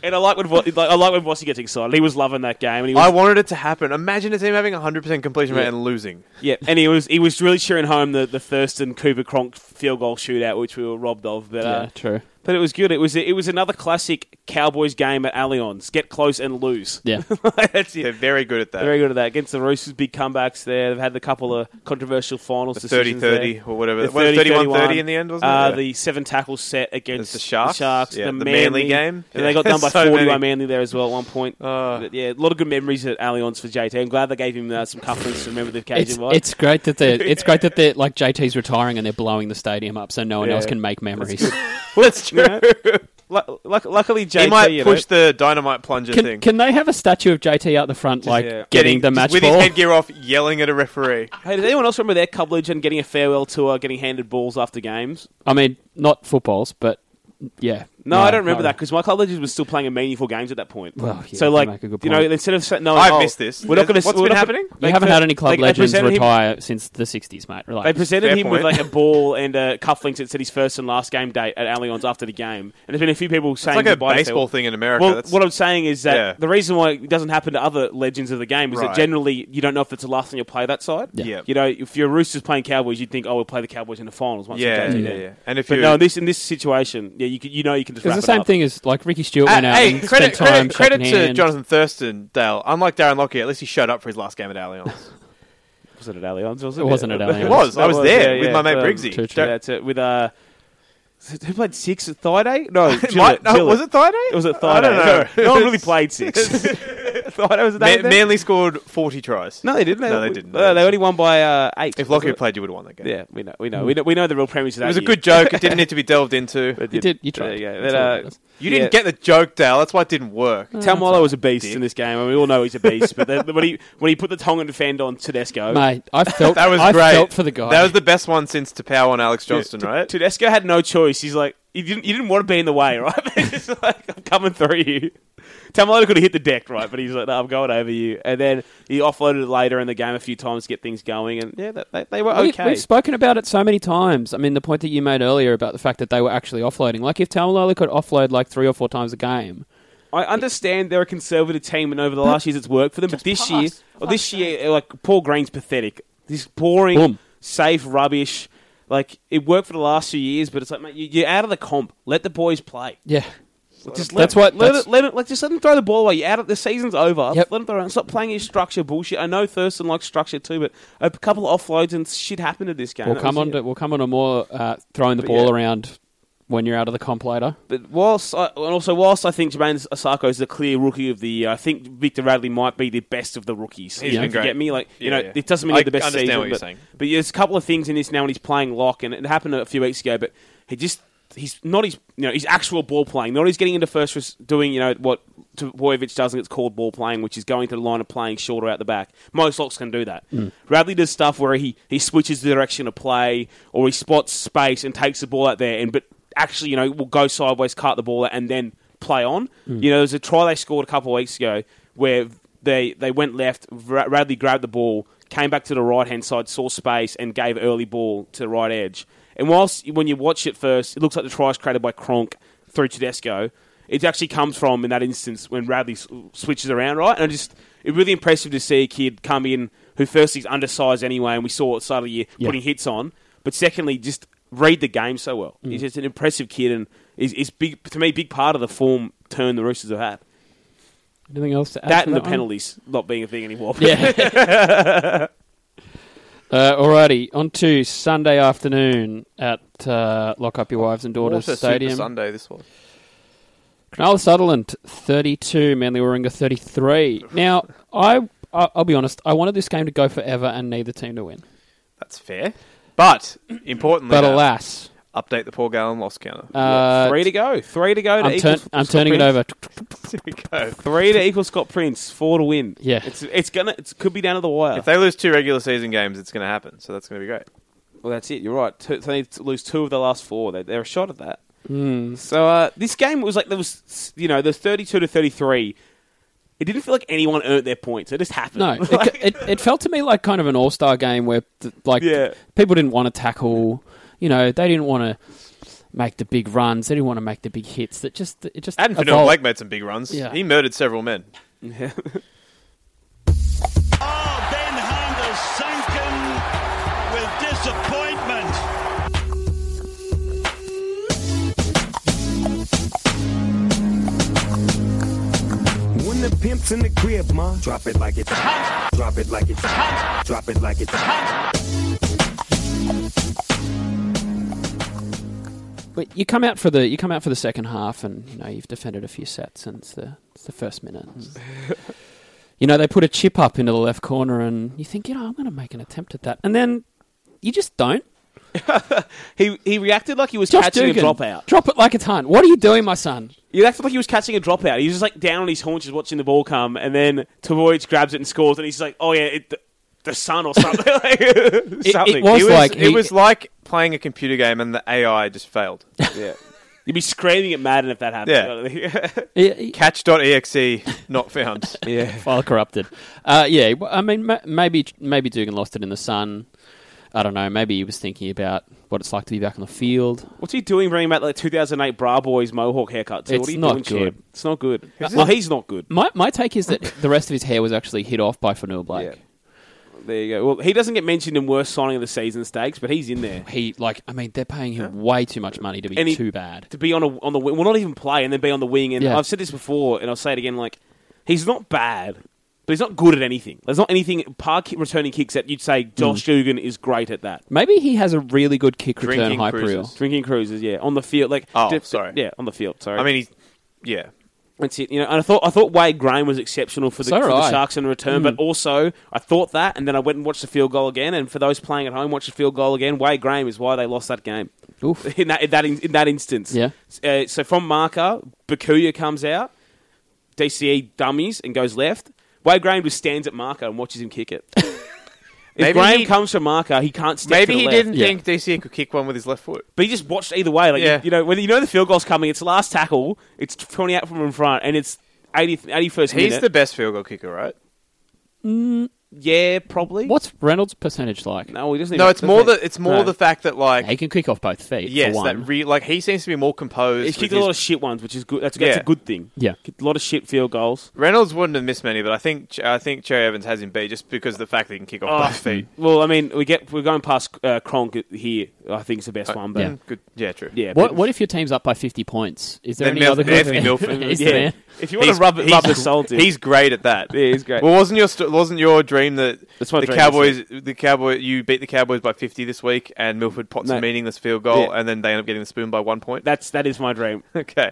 and I like when Vo- like, I like when Vossi gets excited. He was loving that game, and he was I wanted it to happen. Imagine a team having 100% completion rate Yeah. and losing. Yeah, and he was he was really cheering home the, the Thurston Cooper Cronk field goal shootout, which we were robbed of. But Yeah, uh, <laughs> true. but it was good. It was it was another classic Cowboys game at Allianz. Get close and lose. Yeah. <laughs> That's They're it. very good at that. They're very good at that. Against the Roosters, big comebacks there. They've had a couple of controversial finals. the 30 decisions there. 30 or whatever. The What, 31 30 in the end, wasn't uh, it? The seven tackles set against The Sharks? Sharks, Yeah, the, the Manly, Manly game. and they got Yeah. <laughs> done by So forty by many. Manly there as well at one point. Uh. But yeah, a lot of good memories at Allianz for JT. I'm glad they gave him uh, some comforts to remember the occasion. It's, by. it's great that they're it's great that they're like JT's retiring and they're blowing the stadium up so no one Yeah. else can make memories. That's <laughs> true. Lu- luck- luckily, JT He might you know, push the dynamite plunger Can, thing. can they have a statue of JT out the front, like yeah. getting the just match with ball? his headgear off, yelling at a referee. Hey, does anyone else remember their coverage and getting a farewell tour, getting handed balls after games? I mean, not footballs, but yeah. No, I don't no. remember that because my colleges was still playing meaningful games at that point. Well, yeah, so you like make a good you know, point. instead of no, I've oh, missed this. We're not going to. What's been happening? You haven't had any club legends Him, retire since the '60s, mate. Relax. they presented Fair him with point. <laughs> like a ball and uh, cufflinks that said his first and last game date at Allianz after the game, and there's been a few people It's saying like a goodbye to Phil. baseball thing in America. Well, That's- what I'm saying is that Yeah. the reason why it doesn't happen to other legends of the game is Right. that generally you don't know if it's the last thing you'll play that side. Yeah. Yeah. You know, if you're Roosters playing Cowboys, you'd think, oh, we'll play the Cowboys in the finals once yeah, we go yeah, to yeah, them. And if But you no, in this in this situation, yeah, you, could, you know you can just it's wrap the it same up. thing as like Ricky Stewart Ah, went out hey, and credit, spent time credit, credit shaking to hands. Jonathan Thurston, Dale. Unlike Darren Lockyer, at least he showed up for his last game at <laughs> Allianz. Was it at Allianz? Was it? It <laughs> wasn't at Allianz. it was. I was there yeah, with yeah, my mate um, Briggsy. True, true. Dar- Yeah, that's it. With uh, who played six at Thaiday? No, It might- <laughs> Gillett, no, Gillett. was it Friday? It was at Thaiday. I don't know. No, no one <laughs> really played six. Thaiday was the Ma- name. there? Manly scored 40 tries. No, they didn't. No, they didn't. No, they only won by uh, eight. If Lockyer played, you would have won that game. yeah, we know, we Hmm. know, we know, we know the real premise of that. It was a year. good joke. It <laughs> didn't need to be delved into. But You did. You There tried. you go. That's But, all that uh, matters. You didn't yeah. get the joke, Dale. That's why it didn't work. Tamalolo was a beast Dick. in this game, and we all know he's a beast. But the, when he when he put the Tongan defend on Tedesco, Mate, <laughs> I felt That was I great. felt for the guy. That was the best one since Tapau on Alex Johnston, T- right? Tedesco had no choice. He's like, you didn't, you didn't want to be in the way, <laughs> right? It's like, I'm coming through you. Tamalolo could have hit the deck, right? But he's like, no, I'm going over you. And then he offloaded it later in the game a few times to get things going. And yeah, that, they, they were We- okay. We've spoken about it so many times. I mean, the point that you made earlier about the fact that they were actually offloading. Like, if Tamalolo could offload like three or four times a game, I understand they're a conservative team, and over the last years it's worked for them. But this year, or this year, like Paul Green's pathetic. This boring, Boom. safe rubbish. Like it worked for the last few years, but it's like, mate, you, you're out of the comp. Let the boys play. yeah, Just let, That's that's what- what. Let, that's- it, let it, like, just let them throw the ball away. You're out of the season's over. Yep. Let them throw it. Stop playing your structure bullshit. I know Thurston likes structure too, but a couple of offloads and shit happened at this game. we'll That come was on. it. To, we'll come on to more uh, throwing the But ball yeah. around when you're out of the comp later. But whilst I, and also whilst I think Jermaine Asako is the clear rookie of the year, I think Victor Radley might be the best of the rookies. He's been you know, if you great. get me? Like you Yeah, know, yeah. it doesn't mean I he had the best understand season. what you're but, saying. but there's a couple of things in this now when he's playing lock, and it happened a few weeks ago. But he just he's not his you know his actual ball playing. Not he's getting into first res- doing you know what Vojevic does, and it's called ball playing, which is going to the line of playing shorter out the back. Most locks can do that. Radley does stuff where he he switches the direction of play, or he spots space and takes the ball out there, and but actually, you know, will go sideways, cut the ball, out, and then play on. You know, there's a try they scored a couple of weeks ago where they they went left. Ra- Radley grabbed the ball, came back to the right hand side, saw space, and gave early ball to the right edge. And whilst when you watch it first, it looks like the try is created by Cronk through Tedesco. It actually comes from in that instance when Radley s- switches around, right? And I just it's really impressive to see a kid come in who firstly is undersized anyway, and we saw at the start of the year Yeah. putting hits on, but secondly just read the game so well. He's just an impressive kid, and is, is big to me. Big part of the form turn the Roosters have had. Anything else to add? That to and the one? penalties not being a thing anymore. <laughs> <laughs> Yeah. <laughs> uh, alrighty, on to Sunday afternoon at uh, Lock Up Your Wives and Daughters What a Super Stadium. Sunday this was. Cronulla Sutherland 32, Manly Warringah 33. Now, I I- I'll be honest, I wanted this game to go forever and neither team to win. That's fair. But importantly, But now, alas, update the Paul Gallen loss counter. uh, three to go. Three to go. To I'm, equal turn- Sc- I'm Scott turning it Prince. over. There we go. Three to equal Scott Prince. Four to win. Yeah. It's it's gonna it could be down to the wire. If they lose two regular season games, it's going to happen. So that's going to be great. well, that's it. You're right. Two, so they need to lose two of the last four. They, they're a shot at that. Mm. So uh, this game was like there was you know there's 32 to 33. It didn't feel like anyone earned their points. It just happened. <laughs> No, it, it, it felt to me like kind of an all star game where th- like Yeah. people didn't want to tackle, you know, they didn't want to make the big runs, they didn't want to make the big hits. That just it just And Vanilla evolved. Blake made some big runs. Yeah. He murdered several men. Oh, Ben Hunt is sunken with disappointment. When the pimp's in the crib, ma, drop it like it's hot. Drop it like it's hot. Drop it like it's hot. But you come out for the you come out for the second half, and you know you've defended a few sets, and it's the it's the first minute. you know they put a chip up into the left corner, and you think you know I'm going to make an attempt at that, and then you just don't. He he reacted like he was Josh catching Dugan, a dropout. drop it like a ton. What are you doing, my son? He acted like he was catching a dropout. He was just like down on his haunches watching the ball come, and then Tavoich grabs it and scores, and he's like, "Oh yeah, it, the, the sun <laughs> or something." like, something. was- It was like like he- it was like playing a computer game and the AI just failed. <laughs> yeah. You'd be screaming at Madden if that happened. Yeah. Eh, eh, Catch.exe E not found. yeah. <laughs> File corrupted. Uh, yeah, well, I mean ma- maybe maybe Dugan lost it in the sun. I don't know. Maybe he was thinking about what it's like to be back on the field. <laughs> What's he doing bringing back like 2008 Bra Boys mohawk haircut? too? It's what are you not doing, good. champ? It's not good. No, he's not good. My my take is that the rest of his hair was actually hit off by Fanua Blake. Yeah. There you go. Well, he doesn't get mentioned in worst signing of the season stakes, but he's in there. he like I mean they're paying him way too much money to be And he- too bad. To be on a on the wing, well, not even play, and then be on the wing. And Yeah. I've said this before, and I'll say it again. Like he's not bad, but he's not good at anything. There's not anything par kick, returning kicks that you'd say Josh Mm. Dugan is great at that. Maybe he has a really good kick return Drinking high cruises. reel. Drinking cruises, yeah, on the field. Like Oh, di- sorry. yeah, on the field. Sorry. I mean, he's yeah. That's it. You know, and I thought I thought Wade Graham was exceptional for the, So for did the I. Mm. Sharks in return, but also I thought that, and then I went and watched the field goal again. And for those playing at home, watch the field goal again. Wade Graham is why they lost that game. <laughs> Oof. In that in that, in, in that instance, Yeah. Uh, so from marker, Bakuya comes out, DCE dummies and goes left. Wade Graham just stands at marker and watches him <laughs> kick it. if Maybe Graham he- comes from marker, he can't step to Maybe the he left. didn't Yeah. think DCE could kick one with his left foot. But he just watched either way. Like Yeah. you, you know, when you know the field goal's coming, it's last tackle, it's twenty out from in front, and it's 80th, 81st He's minute. the best field goal kicker, right? yeah, probably. What's Reynolds' percentage like? No, he doesn't. No, even- it's more doesn't the it's more No. the fact that He like can kick off both feet. yes, for one. that re- like he seems to be more composed. He with kicked a lot of his- shit ones, which is good. That's, that's Yeah. a good thing. yeah, Kicked A lot of shit field goals. Reynolds wouldn't have missed many, but I think I think Cherry Evans has him beat just because of the fact that he can kick off both feet. Well, I mean, we get we're going past uh, Kronk here. I think is the best one, but yeah. yeah. Good, Uh, yeah, true. What but- what if your team's up by fifty points? Is there Then any Mil- other <laughs> Anthony Milford. He's the Yeah. man. If you want to rub, rub the salt in, He's great at that. yeah, he's great. Well, wasn't your st- wasn't your dream that That's my the dream, Cowboys, the Cowboy, you beat the Cowboys by fifty this week, and Milford pots No. a meaningless field goal, Yeah. and then they end up getting the spoon by one point. that's that is my dream. <laughs> okay,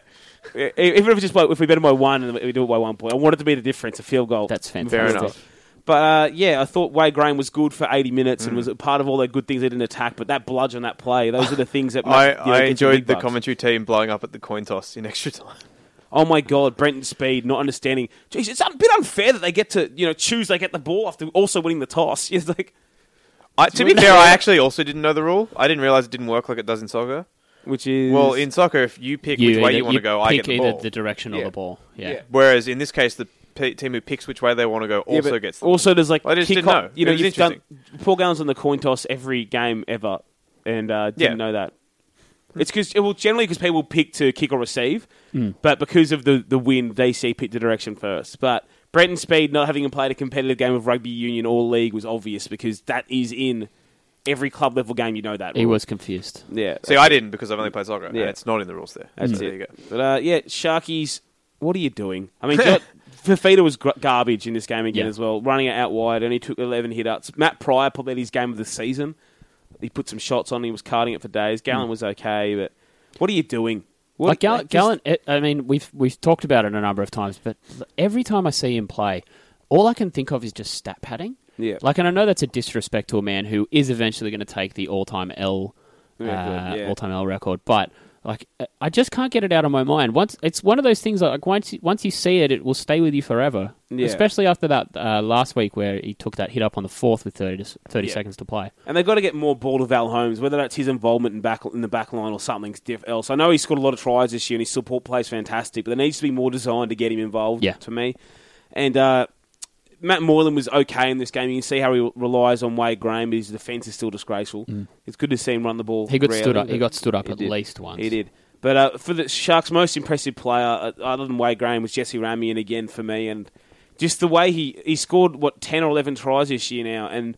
E- Even if it's just by, if we beat him by one and we do it by one point, I want it to be the difference, a field goal. That's fantastic. fair enough. But uh, yeah, I thought Wade Graham was good for 80 minutes Mm. and was a part of all the good things they did in attack. But that bludgeon, that play, those are the things <laughs> that I, make, you know, I get you enjoyed big the bucks. commentary team blowing up at the coin toss in extra time. Oh my God, Brenton Speed not understanding. Jeez, it's a bit unfair that they get to you know choose they get the ball after also winning the toss. <laughs> It's like <laughs> I, to be really fair, I fair. actually also didn't know the rule. I didn't realize it didn't work like it does in soccer. which is Well, in soccer, if Mm. you pick which way you want to go, I pick get the either ball. the direction or Yeah. the ball. Yeah. Whereas in this case, the p- team who picks which way they want to go Yeah, also but gets the ball. also there's like I just kick didn't off- know. You It know, was you've done Paul Gallon's on the coin toss every game ever, and uh, didn't Yeah. know that. It's because it will generally because people pick to kick or receive, Hmm. but because of the the wind, they see pick the direction first. But Brenton Speed not having played a competitive game of rugby union or league was obvious because that is in every club level game, you know that. He rule. was confused. Yeah. See, I didn't because I've only played soccer, Yeah. and it's not in the rules there. That's so it. There you go. But uh, yeah, Sharkies, what are you doing? I mean, God, Fafita was gr- garbage in this game again Yeah. as well, running it out wide, only took 11 hit outs. Matt Pryor probably had his game of the season. He put some shots on. He was carding it for days. Gallen was okay, but what are you doing? What, Like Gall- just- Gallen, it, I mean, we've we've talked about it a number of times, but every time I see him play, all I can think of is just stat padding. Yeah. Like, and I know that's a disrespect to a man who is eventually going to take the all-time L, uh, Record, yeah. all-time L record, but. Like I- I just can't get it out of my mind. Once it's one of those things. Like once you, once you see it, it will stay with you forever. Yeah. Especially after that uh, last week where he took that hit up on the fourth with thirty, to- 30 Yeah. seconds to play. And they've got to get more ball to Val Holmes, whether that's his involvement in back in the back line or something diff- else. I know he's scored a lot of tries this year and his support plays fantastic, but there needs to be more design to get him involved. Yeah. to me. And uh, Matt Moylan was okay in this game. You can see how he relies on Wade Graham, but his defence is still disgraceful. It's good to see him run the ball. Mm. He got rarely, stood up. but He got stood up he at did. least once. He did. But uh, for the Sharks' most impressive player, uh, other than Wade Graham, was Jesse Ramian again for me. And just the way he, he scored, what, 10 or 11 tries this year now and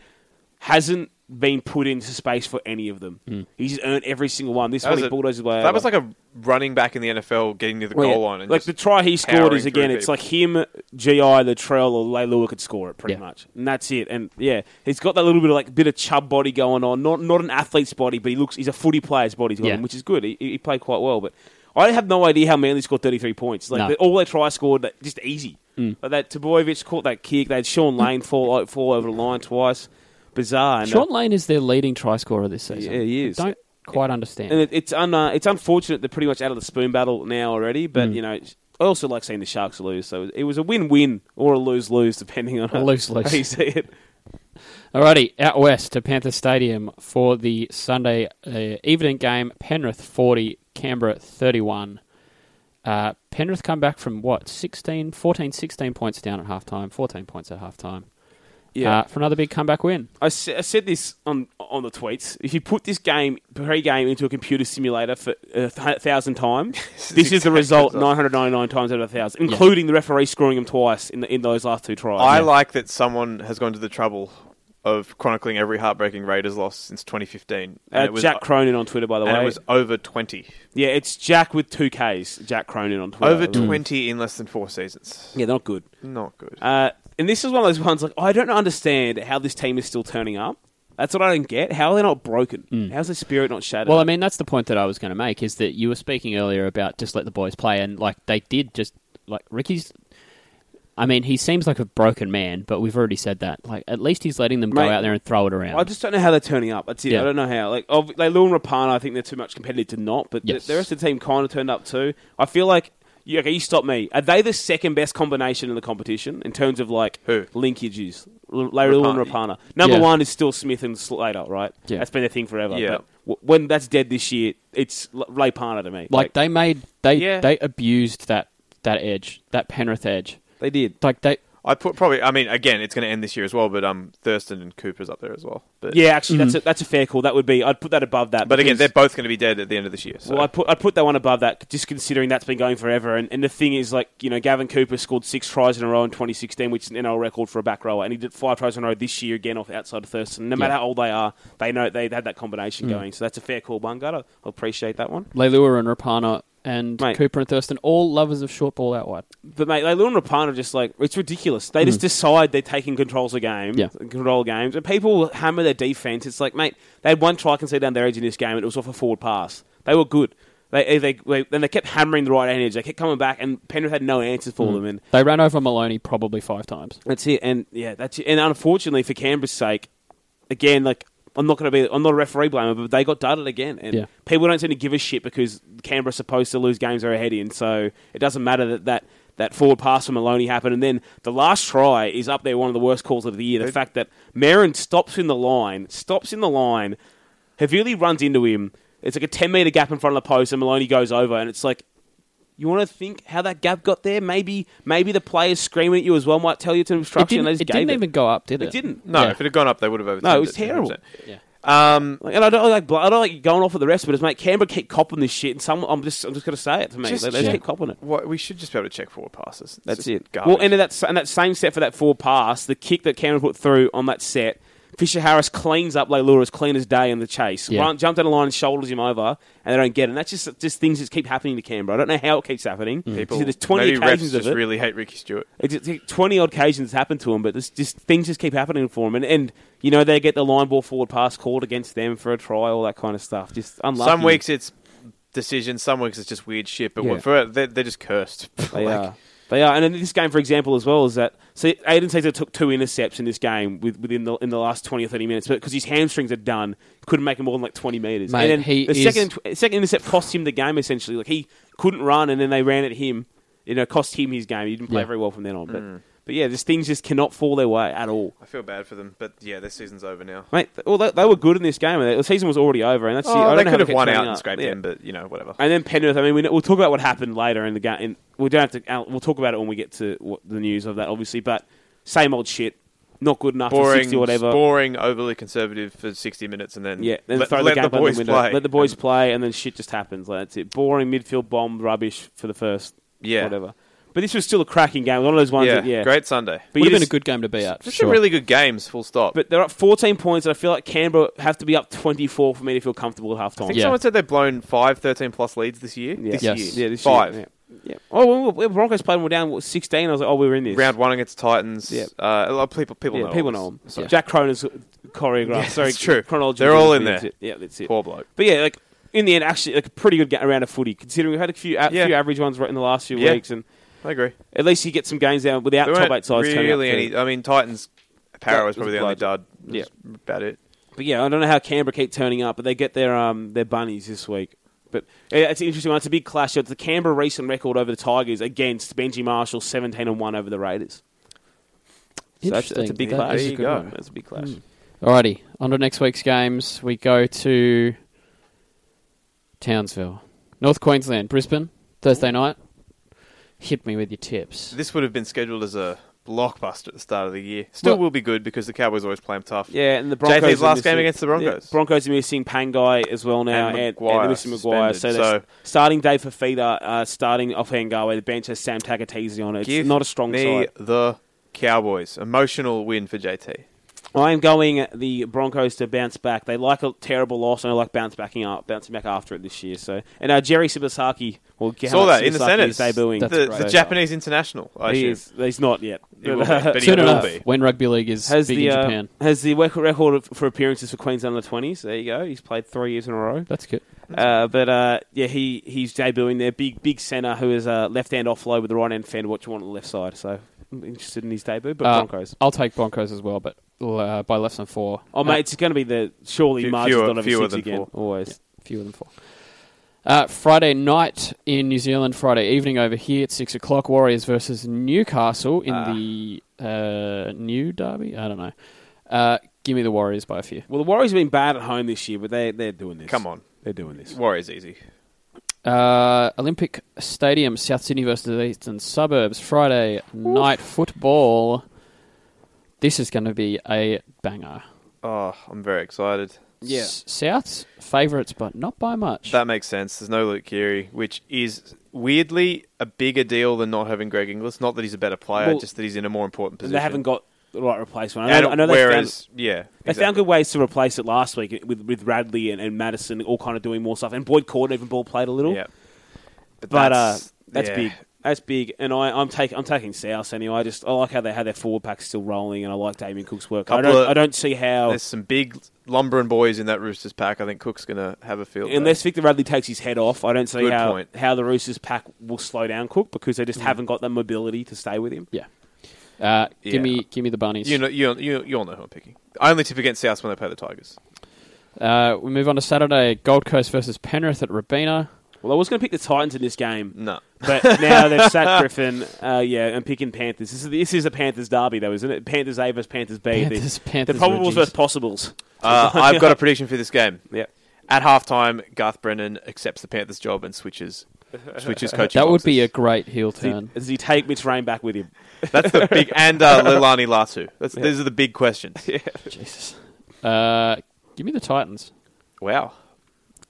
hasn't been put into space for any of them. He's earned every single one. This Hmm. That one, was he a- bulldozed his way That over. was like a running back in the NFL getting near the Well, goal yeah. line. And like just the try he scored powering is again, through it's people. like him, Gi, Latrell, or Leilua could score it pretty Yeah. much, and that's it. And yeah, he's got that little bit of like bit of chub body going on. Not not an athlete's body, but he looks he's a footy player's body, Yeah. him, which is good. He, he played quite well, but I have no idea how Manly scored thirty three points. Like No. Hmm. they- all their try scored, that just easy. But that Tabojevic caught that kick. They had Sean Lane fall fall over the line twice. Bizarre. And, uh, Sean Lane is their leading try scorer this season. Yeah, he is. Don't quite understand. and it, it's un, uh, it's unfortunate they're pretty much out of the spoon battle now already. But Mm. you know, I also like seeing the Sharks lose, so it was a win-win or a lose-lose depending on A lose-lose. how you see it. Alrighty, out west to Panther Stadium for the Sunday uh, evening game. Penrith 40, Canberra 31. Uh, Penrith come back from what? 16, 14, 16 points down at halftime, 14 points at halftime. Yeah. Uh, for another big comeback win. I, sa- I said this on on the tweets. If you put this game pre-game into a computer simulator for a th- <laughs> thousand times, this is the result result. nine hundred ninety-nine times out of a thousand, including the referee scoring them twice in the, in those last two tries. Uh, I like that someone has gone to the trouble of chronicling every heartbreaking Raiders loss since 2015, and Uh, it was Jack Cronin on Twitter, by the and way. it was over 20, yeah, it's Jack with two Ks. Jack Cronin on Twitter. over 20 in less than four seasons. Yeah, not good. Not good. Uh, and this is one of those ones like I don't understand how this team is still turning up. That's what I don't get. How are they not broken? How's their spirit not shattered? Mm. Well, I mean, that's the point that I was going to make is that you were speaking earlier about just let the boys play, and like they did just like Ricky's. I mean, he seems like a broken man, but we've already said that. Like, at least he's letting them go Mate, out there and throw it around. I just don't know how they're turning up. That's it. Yeah. I don't know how. Like, ob- like Lou and Rapana, I think they're too much competitive to not. But Yes. the, the rest of the team kind of turned up too. I feel like. You, okay, you stop me. Are they the second best combination in the competition in terms of like Who? linkages? L- Larry Lou and Rapana. Number Yeah. one is still Smith and Slater, right? Yeah. That's been their thing forever. Yeah. But w- when that's dead this year, it's L- Rapana to me. like they made they Yeah. they abused that that edge that Penrith edge they did. like they I put probably. I mean, again, it's going to end this year as well. But um, Thurston and Cooper's up there as well. But Yeah, actually, that's a, that's a fair call. That would be I'd put that above that. But again, because- they're both going to be dead at the end of this year. So. well, I put I put that one above that just considering that's been going forever. And, and the thing is, like you know, Gavin Cooper scored six tries in a row in 2016, which is an NRL record for a back rower, and he did five tries in a row this year again off outside of Thurston. No matter how old they are, they know they had that combination going. So that's a fair call, Bungard. I I appreciate that one. Leilua and Rapana and Mate. Cooper and Thurston all lovers of short ball out wide. But mate, like Lil and Rapana, are just like it's ridiculous. They just decide they're taking controls of game, Yeah. control games, and people hammer their defense. It's like, mate, they had one try conceded down their edge in this game, and it was off a forward pass. They were good. They, they, they and they kept hammering the right hand edge. They kept coming back, and Penrith had no answers for them. And They ran over Maloney probably five times. that's it. And yeah, that's it. And unfortunately for Canberra's sake, again, like I'm not going to be, I'm not a referee blamer, but they got dudded again. And Yeah. people don't seem to give a shit because Canberra's supposed to lose games they're ahead in, so it doesn't matter that that. That forward pass from Maloney happened, and then the last try is up there, one of the worst calls of the year. The fact that Merrin stops in the line, stops in the line, Havili runs into him. It's like a 10 metre gap in front of the post, and Maloney goes over, and it's like, you want to think how that gap got there? Maybe maybe the players screaming at you as well might tell you it's an It didn't, obstruction. and they just it didn't gave even go up, did it? It didn't. no, yeah. if it had gone up, they would have overturned No, it was it, terrible. 100%. Yeah. Um, Like, and I don't like bl- I don't like going off at the rest, but it's mate Canberra keep copping this shit, and some I'm just I'm just gonna say it to me. Just they they check. keep copping it. what, we should just be able to check forward passes. It's That's just it. Garbage. Well, and in that s- and that same set for that four pass, the kick that Cameron put through on that set, Fisher Harris cleans up Leilua as clean as day in the chase. Yeah. Run, jump down the line and shoulders him over, and they don't get it. And that's just just things that keep happening to Canberra. I don't know how it keeps happening. Mm. People, There's 20 maybe refs occasions just of it. really hate Ricky Stewart. It's it's like twenty odd occasions it's happened to him, but there's just things just keep happening for him, and, and you know they get the line ball forward pass called against them for a try, all that kind of stuff. Just unlucky. Some weeks it's decisions, some weeks it's just weird shit. But Yeah. for they're, they're just cursed. they Like, are, they are, and in this game, for example, as well is that so Aiden Caesar took two intercepts in this game with, within the in the last twenty or thirty minutes, but because his hamstrings are done, couldn't make him more than like twenty meters. Mate, and then he the is- second tw- second intercept cost him the game essentially. Like he couldn't run, and then they ran at him. You know, cost him his game. He didn't play Yeah. very well from then on, but. Mm. But yeah, just things just cannot fall their way at all. I feel bad for them, but yeah, their season's over now. Mate, th- well, they, they were good in this game. and The season was already over, and that's the, I don't Oh, they know could how have they won kept out turning and up. scraped Yeah. in, but you know, whatever. And then Penrith. I mean, we, we'll talk about what happened later in the game. In, we don't have to. uh, We'll talk about it when we get to what, the news of that, obviously. But same old shit. Not good enough. for Boring, sixty or whatever. boring, overly conservative for sixty minutes, and then Yeah, then let, throw let the game the out boys the window. play. Let the boys play, and then shit just happens. Like, that's it. Boring midfield bomb rubbish for the first. Yeah. whatever. But this was still a cracking game. One of those ones. yeah, that, yeah. great Sunday. But Would you have been a just- good game to be at. for Just sure. some really good games. Full stop. But they're up fourteen points, and I feel like Canberra have to be up twenty-four for me to feel comfortable at halftime. I think Yeah. someone said they've blown five 13 plus leads this year. Yeah. This Yes. year. Yeah, this five. year. Yeah. yeah. Oh, when, we- when Broncos played and we're down what, 16, I was like, oh, we were in this. Round one against Titans. Yep. Uh, a lot of people, people yeah, know. people all know this. him. Yeah. Jack Cronin's choreographed. Yeah, Sorry, it's true. Chronology. They're all in that's there. it. Yeah, that's it. Poor bloke. But yeah, like in the end, actually, like a pretty good ga- round of footy considering we had a few a Yeah. few average ones right in the last few Yeah. weeks, and I agree. at least you get some games down without There top weren't eight sides. turning up really to- any. I mean, Titans. Power That was probably was the only blood. dud. That's About it. But yeah, I don't know how Canberra keep turning up, but they get their um their bunnies this week. But yeah, it's an interesting one. It's a big clash. It's the Canberra recent record over the Tigers against Benji Marshall, seventeen and one over the Raiders. So that's, that's a Interesting. big That clash. is a good one. Hmm. That's a big clash. Alrighty, on to next week's games. We go to Townsville, North Queensland, Brisbane, Thursday night. Hit me with your tips. This would have been scheduled as a blockbuster at the start of the year. Still Well- will be good because the Cowboys always play them tough. Yeah, and the Broncos. JT's are last game missing- against the Broncos. Yeah, Broncos are missing Pangai as well now, And and, and Maguire they're missing Maguire. So, suspended. that's So- starting day for Feeder, uh, starting off Ngawe. The bench has Sam Takatizi on it. It's Give not a strong me side. the Cowboys. Emotional win for JT. I am going the Broncos to bounce back. They like a terrible loss, and I like bounce backing up, bouncing back after it this year. So, and uh, Jerry Sibasaki, well, Saw that in the Sibasaki is centers. debuting. The, So- the Japanese international. I He assume. is, he's not yet. He <laughs> will be, but he Soon will enough, be. when rugby league is has big the in uh, Japan, has the record record of- for appearances for Queensland under twenties. There you go. He's played three years in a row. that's good. Uh, but uh, yeah, he he's debuting there. Big big centre who is uh, left hand offload with the right hand fend. What you want on the left side? So I'm interested in his debut. But Uh, Broncos. I'll take Broncos as well, but uh, by less than four. Oh mate, it's going to be the surely Few- margins fewer- not over fewer six than again. four. Always. fewer than four. Uh, Friday night in New Zealand, Friday evening over here at six o'clock. Warriors versus Newcastle in Ah. the uh, new derby. I don't know. Uh, give me the Warriors by a few. Well, the Warriors have been bad at home this year, but they they're doing this. Come on. they're doing this. Warriors easy. Uh, Olympic Stadium, South Sydney versus the Eastern Suburbs. Friday night football. This is going to be a banger. Oh, I'm very excited. Yeah. S- South's favourites, but not by much. That makes sense. There's no Luke Keary, which is weirdly a bigger deal than not having Greg Inglis. Not that he's a better player, Well, just that he's in a more important position. They haven't got the right replacement. I And know, I know they found- whereas, yeah, They found good ways to replace it last week with with Radley and, and Madison all kind of doing more stuff, and Boyd Corden even ball played a little. Yeah, But that's, uh, that's yeah. big. That's big. And I, I'm taking I'm taking South anyway. I just I like how they had their forward pack still rolling, and I like Damien Cook's work. I Couple don't of- I don't see how There's some big lumbering boys in that Roosters pack. I think Cook's gonna have a field. day. unless Victor Radley takes his head off. I don't see Good how point. Mm. how the Roosters pack will slow down Cook because they just haven't got the mobility to stay with him. yeah. Uh, Yeah. Give me, give me the bunnies. you know, you you you all know who I'm picking. I only tip against South when they play the Tigers. Uh, we move on to Saturday, Gold Coast versus Penrith at Rabina. Well, I was going to pick the Titans in this game, No, but now they've sat Griffin. Uh, yeah, and picking Panthers. This is this is a Panthers derby though, isn't it? Panthers A versus Panthers B. The- Panthers, the Panthers, probables Reggies. versus possibles. <laughs> uh, I've got a prediction for this game. Yeah. At halftime, Garth Brennan accepts the Panthers job and switches switches coaching. That would be a boxes. great heel Does he- turn. does he take Mitch Rain back with him? that's the big and uh, Lilani Latu. That's these are the big questions. <laughs> Jesus. Uh, give me the Titans. Wow.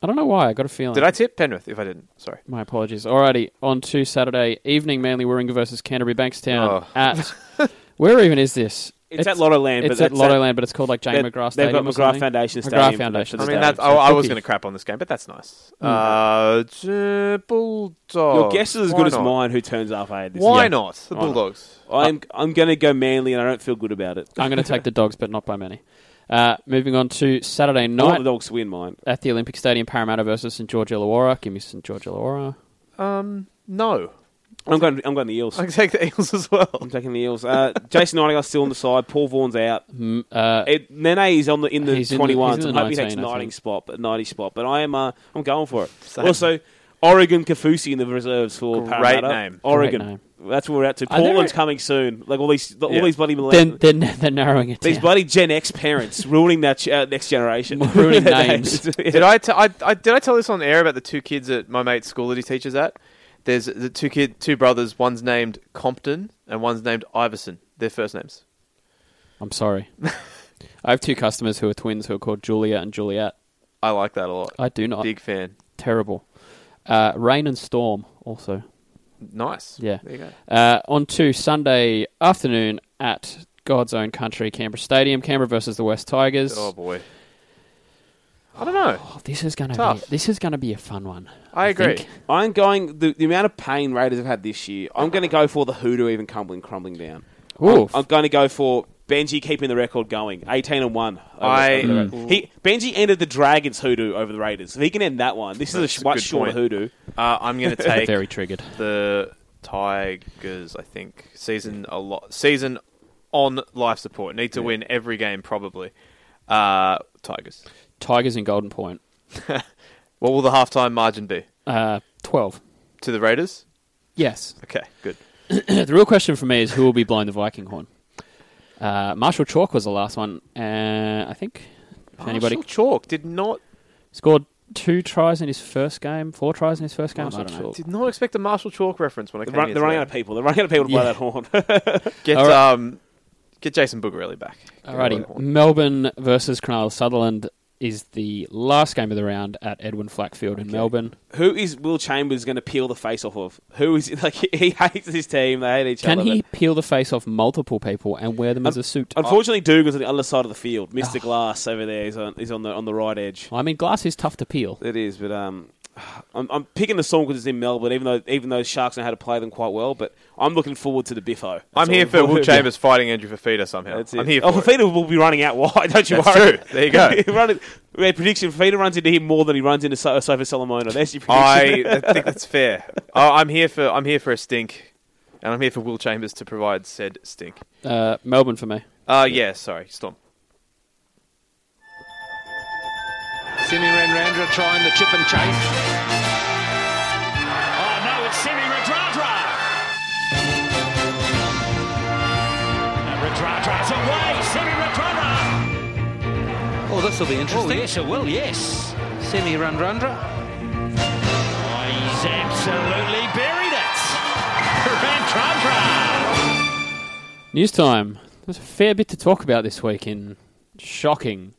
I don't know why. I got a feeling. Did I tip Penrith? If I didn't, sorry. My apologies. Alrighty, on <laughs> to Saturday evening, Manly Warringah versus Canterbury Bankstown Oh. at. Where even is this? It's, at Lotto Land. It's but at that's Lotto Land, but it's called like Jane They- McGrath they've Stadium. got or McGrath something. Foundation McGrath Stadium for Foundation. the I mean, that, stadium, so I, I was cookies. going to crap on this game, but that's nice. Uh, t- Bulldogs. Hmm. Your guess is as Oh, Why good as not? mine. Who turns up eight? this Why year. not? The Why not? Bulldogs. I'm I'm going to go Manly, and I don't feel good about it. I'm going to take the dogs, but not by many. Uh, moving on to Saturday I want night the dogs to win mine. at the Olympic Stadium, Parramatta versus St George Illawarra. Give me St George Illawarra. Um, no. I'm going. I'm going the Eels. I can take the Eagles as well. <laughs> I'm taking the Eels. Uh, Jason Nightingale's still on the side. Paul Vaughan's out. Mm, uh, It, Nene is on the in the He's in the- 21. he's so in I'm the hoping he takes 19, I 90 think. spot, but 90 spot. But I am. Uh, I'm going for it. Same. Also, Oregon Kafusi in the reserves for Great Parramatta. name. Oregon. Great name. That's where we're at to. Are there- Portland's coming soon. Like all these, all Yeah. these bloody millenn- then they're, they're narrowing it These down. bloody Gen <laughs> X parents ruining that ch- uh, next generation. <laughs> Ruining names. Did I, t- I, I did I tell this on air about the two kids at my mate's school that he teaches at? There's the two kid, two brothers. One's named Compton and one's named Iverson. Their first names. I'm sorry. I have two customers who are twins who are called Julia and Juliet. I like that a lot. I do not. Big fan. Terrible. Uh, rain and storm also. Nice. Yeah. There you go. Uh, on to Sunday afternoon at God's Own Country, Canberra Stadium. Canberra versus the West Tigers. Oh boy. I don't know. Oh, this is gonna Tough. be this is gonna be a fun one. I agree. think. I'm going the, the amount of pain Raiders have had this year. I'm going to go for the Hoodoo even crumbling crumbling down. Oof. I'm going to go for Benji keeping the record going, 18 and one. over- I- Mm. over the Ra- he Benji ended the Dragons Hoodoo over the Raiders. If he can end that one, this That's is a a good much shorter point. Hoodoo. Uh, I'm going to But take very triggered. the Tigers. I think season a lot season on life support. Need to win every game probably. Uh, Tigers. Tigers in Golden Point. What will the halftime margin be Uh, Twelve. to the Raiders? Yes. <clears throat> Okay, good. the real question for me is who will be blowing the Viking horn. Uh, Marshall Chalk was the last one, and I think if anybody Marshall Chalk did not scored two tries in his first game, four tries in his first game. I Marshall don't know. Chalk. did not expect a Marshall Chalk reference when I They're, came run, here they're running today. out of people. They're running out of people to Yeah. blow that horn. <laughs> Get All right. um, get Jason Boogerelli back. Get him Alrighty, on. Melbourne versus Cronulla Sutherland is the last game of the round at Edwin Flack Field in Melbourne. Who is Will Chambers going to peel the face off of? Who is like he, <laughs> he hates his team. They hate each Can other. he peel the face off multiple people and wear them as a suit? Unfortunately, Dugan's on the other side of the field. Mr. Glass over there is on, is on the on the right edge. I mean, glass is tough to peel. It is, <sighs> but um, I'm, I'm picking the song because it's in Melbourne. Even though even though Sharks know how to play them quite well, but I'm looking forward to the <laughs> Biffo. That's I'm all here for Will forward- Chambers fighting Andrew Fafita somehow. That's it. I'm here for oh, it. Fafita will be running out wide. <laughs> Don't you That's worry. true. There you <laughs> go. Running- yeah, prediction: Fafita runs into him more than he runs into so- Sofa Solomona. There's your prediction. <laughs> I I think that's fair. Oh, I'm here for I'm here for a stink, and I'm here for Will Chambers to provide said stink. Uh, Melbourne for me. Uh, yeah, sorry, Storm. Simi Renrandra trying the chip and chase. Oh no, it's Semi Radradra. And Radradra's away. Semi Radradra. Oh, this will be Oh interesting. yes, it will. Yes. Simi Renrandra. Oh, he's absolutely buried it. <laughs> Radradra. News time. There's a fair bit to talk about this week in <laughs> shocking,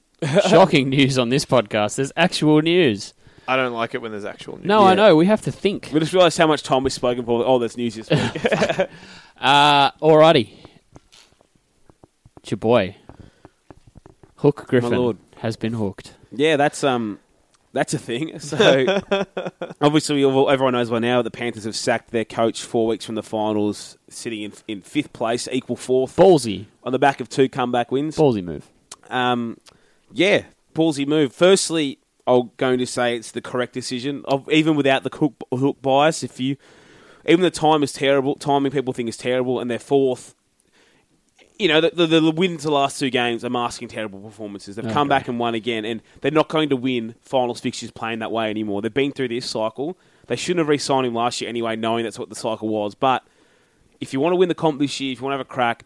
shocking news on this podcast. There's actual news. I don't like it when there's actual news. No, I know. We have to think. <laughs> we just realised how much time we've spoken for. Oh, that's news this week. Uh, alrighty. It's your boy, Hook Griffin, lord. has been hooked. <laughs> Yeah, that's um, that's a thing. <laughs> So obviously, we all- everyone knows by now the Panthers have sacked their coach four weeks from the finals, sitting in, in fifth place, equal fourth, Ballsy, on the back of two comeback wins. ballsy move. Um, yeah, ballsy move. Firstly, I'm going to say it's the correct decision, of, even without the hook, hook bias. If you, even the time is terrible, timing people think is terrible, and they're fourth. You know, the, the, the win to the last two games are masking terrible performances. They've come Okay. back and won again, and they're not going to win finals fixtures playing that way anymore. They've been through this cycle. They shouldn't have re signed him last year anyway, knowing that's what the cycle was. But if you want to win the comp this year, if you want to have a crack,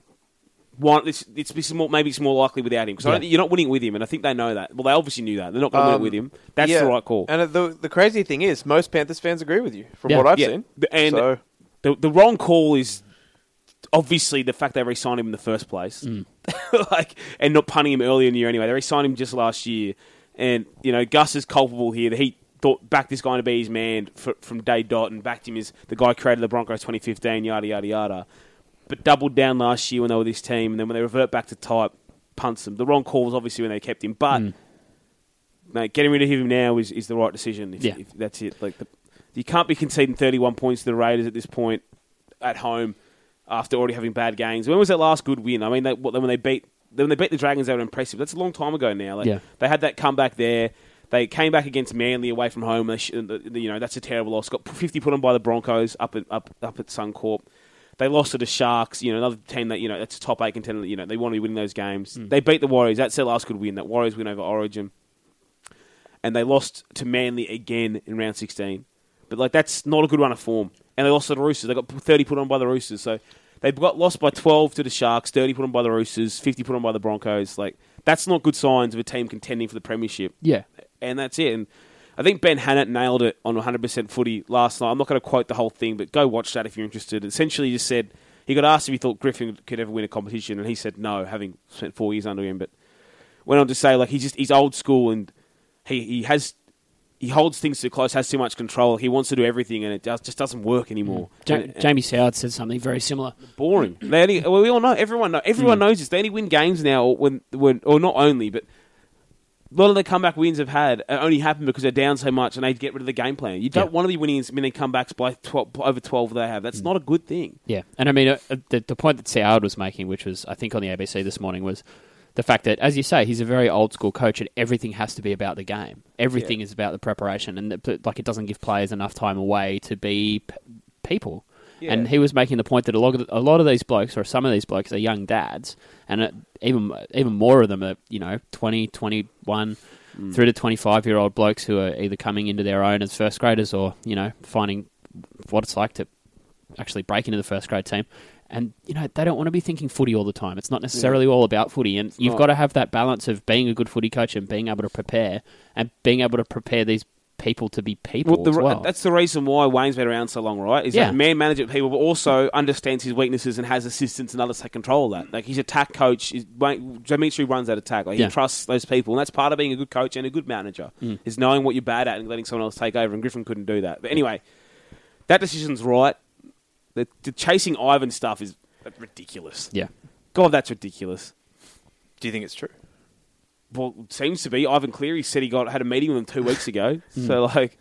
one, it's, it's, it's more, maybe it's more likely without him because Yeah. you're not winning with him, and I think they know that. Well, they obviously knew that. They're not going to Um, win with him. That's Yeah, the right call. And the the crazy thing is, most Panthers fans agree with you from Yeah. what I've Yeah. seen. The- and- so, The, the wrong call is obviously the fact they re-signed him in the first place, <laughs> like and not punting him earlier in the year anyway. They re-signed him just last year, and you know Gus is culpable here. That he thought backed this guy to be his man fr from day dot, and backed him as the guy who created the Broncos 2015. Yada yada yada. but doubled down last year when they were this team, and then when they revert back to type, punts them. The wrong call was obviously when they kept him, but mate, getting rid of him now is, is the right decision. If, Yeah. if that's it. Like the, you can't be conceding 31 points to the Raiders at this point at home after already having bad games. When was that last good win? I mean, they, what, when they beat when they beat the Dragons, they were impressive. That's a long time ago now. Like, Yeah. They had that comeback there. They came back against Manly away from home. They sh- and the- the- you know that's a terrible loss. Got 50 put on by the Broncos up at up up at Suncorp. They lost to the Sharks. You know another team that you know that's a top eight contender. You know they want to be winning those games. Mm. They beat the Warriors. That's their last good win. That Warriors win over Origin and they lost to Manly again in round 16. But like that's not a good run of form. And they lost to the Roosters. They got 30 put on by the Roosters. So they got lost by 12 to the Sharks, 30 put on by the Roosters, 50 put on by the Broncos. Like that's not good signs of a team contending for the premiership. Yeah. And that's it. And I think Ben Hannett nailed it on 100% footy last night. I'm not going to quote the whole thing, but go watch that if you're interested. Essentially, he just said he got asked if he thought Griffin could ever win a competition, and he said no, having spent four years under him. But went on to say like he's just he's old school and he, he has he holds things too close, has too much control. He wants to do everything, and it does, just doesn't work anymore. Mm. Ja- And- and Jamie Soward said something very similar. boring. They only, well, we all know everyone know everyone knows this. They only win games now when when or not only, but a lot of the comeback wins have had uh, only happen because they're down so much and they get rid of the game plan. You don't Yeah. want to be winning as many comebacks by 12, over twelve they have. That's not a good thing. Yeah, and I mean uh, uh, the the point that Soward was making, which was I think on the ABC this morning, was the fact that, as you say, he's a very old school coach, and everything has to be about the game. Everything is about the preparation, and that- but, like it doesn't give players enough time away to be p- people. And he was making the point that a lot of the- a lot of these blokes, or some of these blokes, are young dads, and uh, even even more of them are you know 20, 21 through to twenty five year old blokes who are either coming into their own as first graders, or you know finding what it's like to actually break into the first grade team. And you know they don't want to be thinking footy all the time. It's not necessarily all about footy, and you've not. got to have that balance of being a good footy coach and being able to prepare and being able to prepare these people to be people Well, the, as re- well. That's the reason why Wayne's been around so long, right? Is Yeah. that man management people, but also understands his weaknesses and has assistants and others that control that. Like he's attack coach. Is, Wayne, Dimitri runs that attack. Like Yeah. Mm. he trusts those people, and that's part of being a good coach and a good manager is knowing what you're bad at and letting someone else take over. And Griffin couldn't do that. But anyway, that decision's right. The, the chasing Ivan stuff is ridiculous. yeah, God, that's ridiculous. Do you think it's true? Well, it seems to be Ivan Cleary said he got had a meeting with him two <laughs> weeks ago. Mm. So like.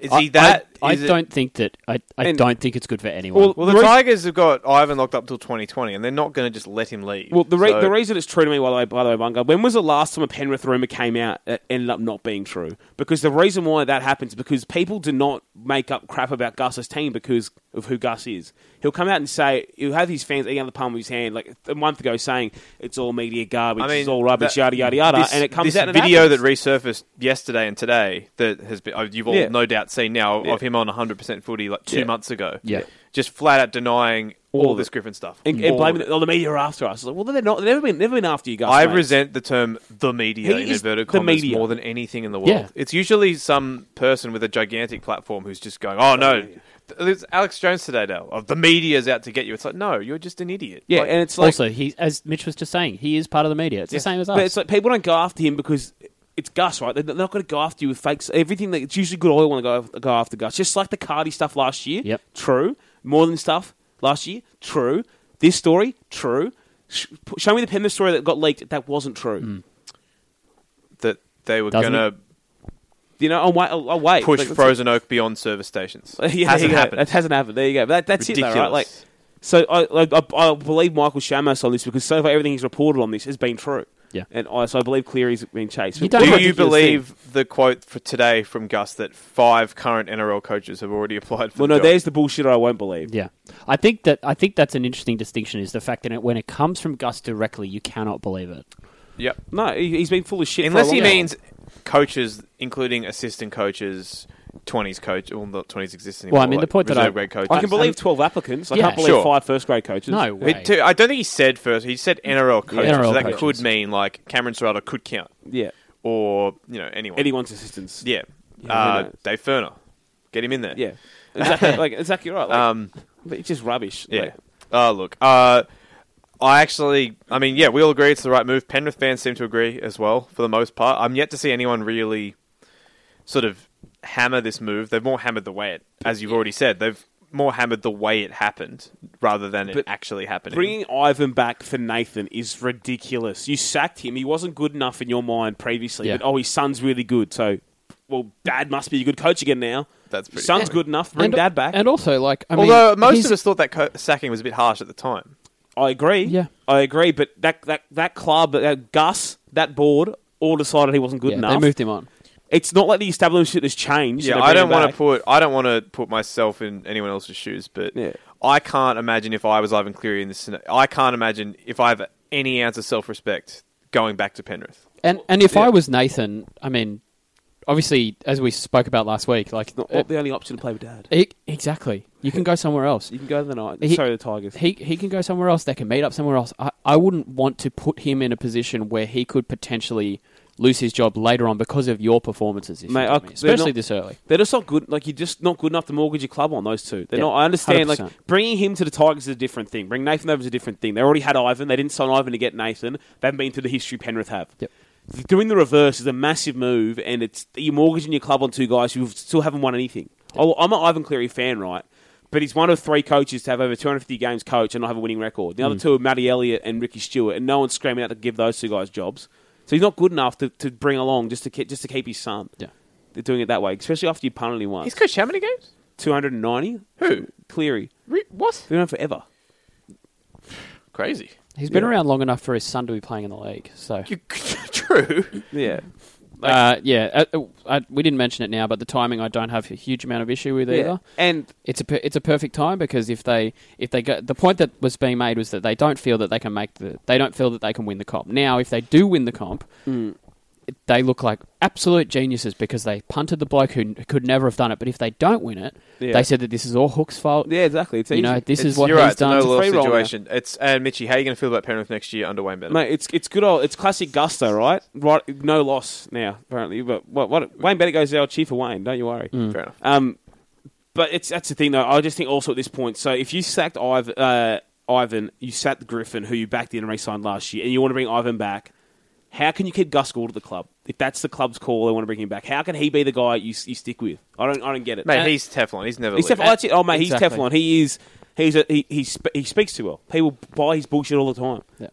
Is I- he I, that? I is it- don't think that I, I And- don't think it's good for anyone. Well, Well, the Roy- Tigers have got Ivan locked up till 2020, and they're not going to just let him leave. Well, the, re- So- the reason it's true to me, by the way, by the way, Bunga, when was the last time a Penrith rumor came out that ended up not being true? Because the reason why that happens because people do not make up crap about Gus's team because of who Gus is. He'll come out and say he'll have his fans eating out of the palm of his hand, like a month ago, saying it's all media garbage, I mean, it's all rubbish, that- yada yada yada, this- and it comes this out. and it video that happens. resurfaced yesterday and today that has been oh, you've all Yeah. no doubt seen now Yeah. of him on 100 percent footy like two Yeah. months ago. Yeah. just flat out denying all, All of this it. Griffin stuff and, and All blaming of it it. on the media are after us. It's like, well, they're not. They've never been, never been after you, Gus. I mate. resent the term "the media" He in is inverted the commas media. more than anything in the world. Yeah. It's usually some person with a gigantic platform who's just going, "Oh no." There's Alex Jones today, Dale. Oh, the media's out to get you. It's like, no, you're just an idiot. Yeah, Like, and it's like also, he as Mitch was just saying, he is part of the media. It's the same as us. But it's like people don't go after him because it's Gus, right? They're they're not going to go after you with fakes. Everything that it's usually good oil want to go go after Gus. Just like the Cardi stuff last year. Yep. True. More than stuff last year. True. This story. True. Sh- p- show me the Penrith story that got leaked. That wasn't true. Hmm. that they were Doesn't going to it? You know, I'll wait. I'll, I'll wait. push Like, that's- frozen oak beyond service stations. <laughs> Yeah, there you hasn't go. happened. That hasn't happened. There you go. But that, that's it, though, right? Ridiculous. Like, so I, like, I, I believe Michael Shamos on this because so far everything he's reported on this has been true. Yeah. And I, so I believe Cleary's been chased. You But don't what a Do you ridiculous believe thing. the quote for today from Gus that five current NRL coaches have already applied for Well, the no, job? there's the bullshit I won't believe. Yeah, I think that I think that's an interesting distinction is the fact that it, when it comes from Gus directly, you cannot believe it. Yep. No, he, he's been full of shit. for a Unless he long time. means coaches, including assistant coaches, 20s coach, well, not 20s exist anymore. Well, I mean, the like point that I- reserve grade coaches. I can believe twelve applicants. I Yeah. can't believe Sure. five first grade coaches. No He- way. too- I don't think he said first. He said NRL coaches. NRL so that coaches. could mean like Cameron Serrata could count, yeah, or you know anyone. anyone's assistants. Yeah. Yeah, who uh, knows? Dave Ferner, get him in there. <laughs> yeah, exactly. like exactly right. Like, Um, but it's just rubbish. Yeah. Like, uh, look, uh, I actually, I mean, yeah, we all agree it's the right move. Penrith fans seem to agree as well, for the most part. I'm yet to see anyone really sort of hammer this move. They've more hammered the way it, as you've already said. They've more hammered the way it happened rather than it But actually happening. Bringing Ivan back for Nathan is ridiculous. You sacked him. He wasn't good enough in your mind previously. Yeah. But, oh, his son's really good. So, well, dad must be a good coach again now. That's pretty Son's funny. good enough. Bring and, dad back. And also, like, I mean, Although most he's- of us thought that co- sacking was a bit harsh at the time. I agree. Yeah. I agree. But that that that club, uh, Gus, that board, all decided he wasn't good yeah, enough. they moved him on. It's not like the establishment has changed. Yeah, and they I bring don't him want back. to put I don't want to put myself in anyone else's shoes, but Yeah. I can't imagine if I was Ivan Cleary in this. scena- I can't imagine if I have any ounce of self respect going back to Penrith. And and if I was Nathan, I mean, obviously, as we spoke about last week, like, Not, uh, not the only option to play with dad. e- exactly, you can go somewhere else. You can go to the night. He- Sorry, the Tigers. He he can go somewhere else. They can meet up somewhere else. I, I wouldn't want to put him in a position where he could potentially lose his job later on because of your performances, if Mate, you know what I- I mean, they're especially not- this early. They're just not good. Like you're just not good enough to mortgage your club on those two. They're Yeah, not. I understand. Like 100%. bringing him to the Tigers is a different thing. Bring Nathan over is a different thing. They already had Ivan. They didn't sign Ivan to get Nathan. They haven't been through the history Penrith have. Yep. Doing the reverse is a massive move, and it's you're mortgaging your club on two guys who still haven't won anything. Oh, I'm an Ivan Cleary fan, right? But he's one of three coaches to have over 250 games coach and not have a winning record. The other Mm. two are Matty Elliott and Ricky Stewart, and no one's screaming out to give those two guys jobs. So he's not good enough to, to bring along just to ke- just to keep his son Yeah. they're doing it that way, especially after you penalty once. He's coached how many games? 290? Who? Cleary. Re- what? Been on forever. Crazy. He's been around long enough for his son to be playing in the league. So You, true. Yeah. uh, yeah, uh, I, we didn't mention it now, but the timing I don't have a huge amount of issue with yeah. either. And It's a per- it's a perfect time because if they if they go the point that was being made was that they don't feel that they can make the they don't feel that they can win the comp. Now if they do win the comp, Hmm. it- they look like absolute geniuses because they punted the bloke who n- could never have done it. But if they don't win it, Yeah. they said that this is all Hook's fault. yeah, exactly. It's you easy. know this It's- is what you're he's right, it's a done. No a law free roll now. situation. It's and Mitchy, how are you going to feel about Penrith next year under Wayne Bennett? Mate, it's it's good old it's classic gusto, right? Right no loss now, apparently. But what what Wayne Bennett goes our chief for Wayne, don't you worry. Fair enough. uh, Um, but it's that's the thing though. I just think also at this point. So if you sacked Ivan, uh, Ivan, you sacked Griffin, who you backed in and re-signed last year, and you want to bring Ivan back. How can you keep Gus Gould at the club if that's the club's call? They want to bring him back. How can he be the guy you, you stick with? I don't. I don't get it. uh, Mate, he's Teflon. He's never. He's leaving. Teflon. Oh, that's it. Oh, mate, Exactly. he's Teflon. He is. He's a, he he, sp- he speaks too well. People buy his bullshit all the time. Yeah.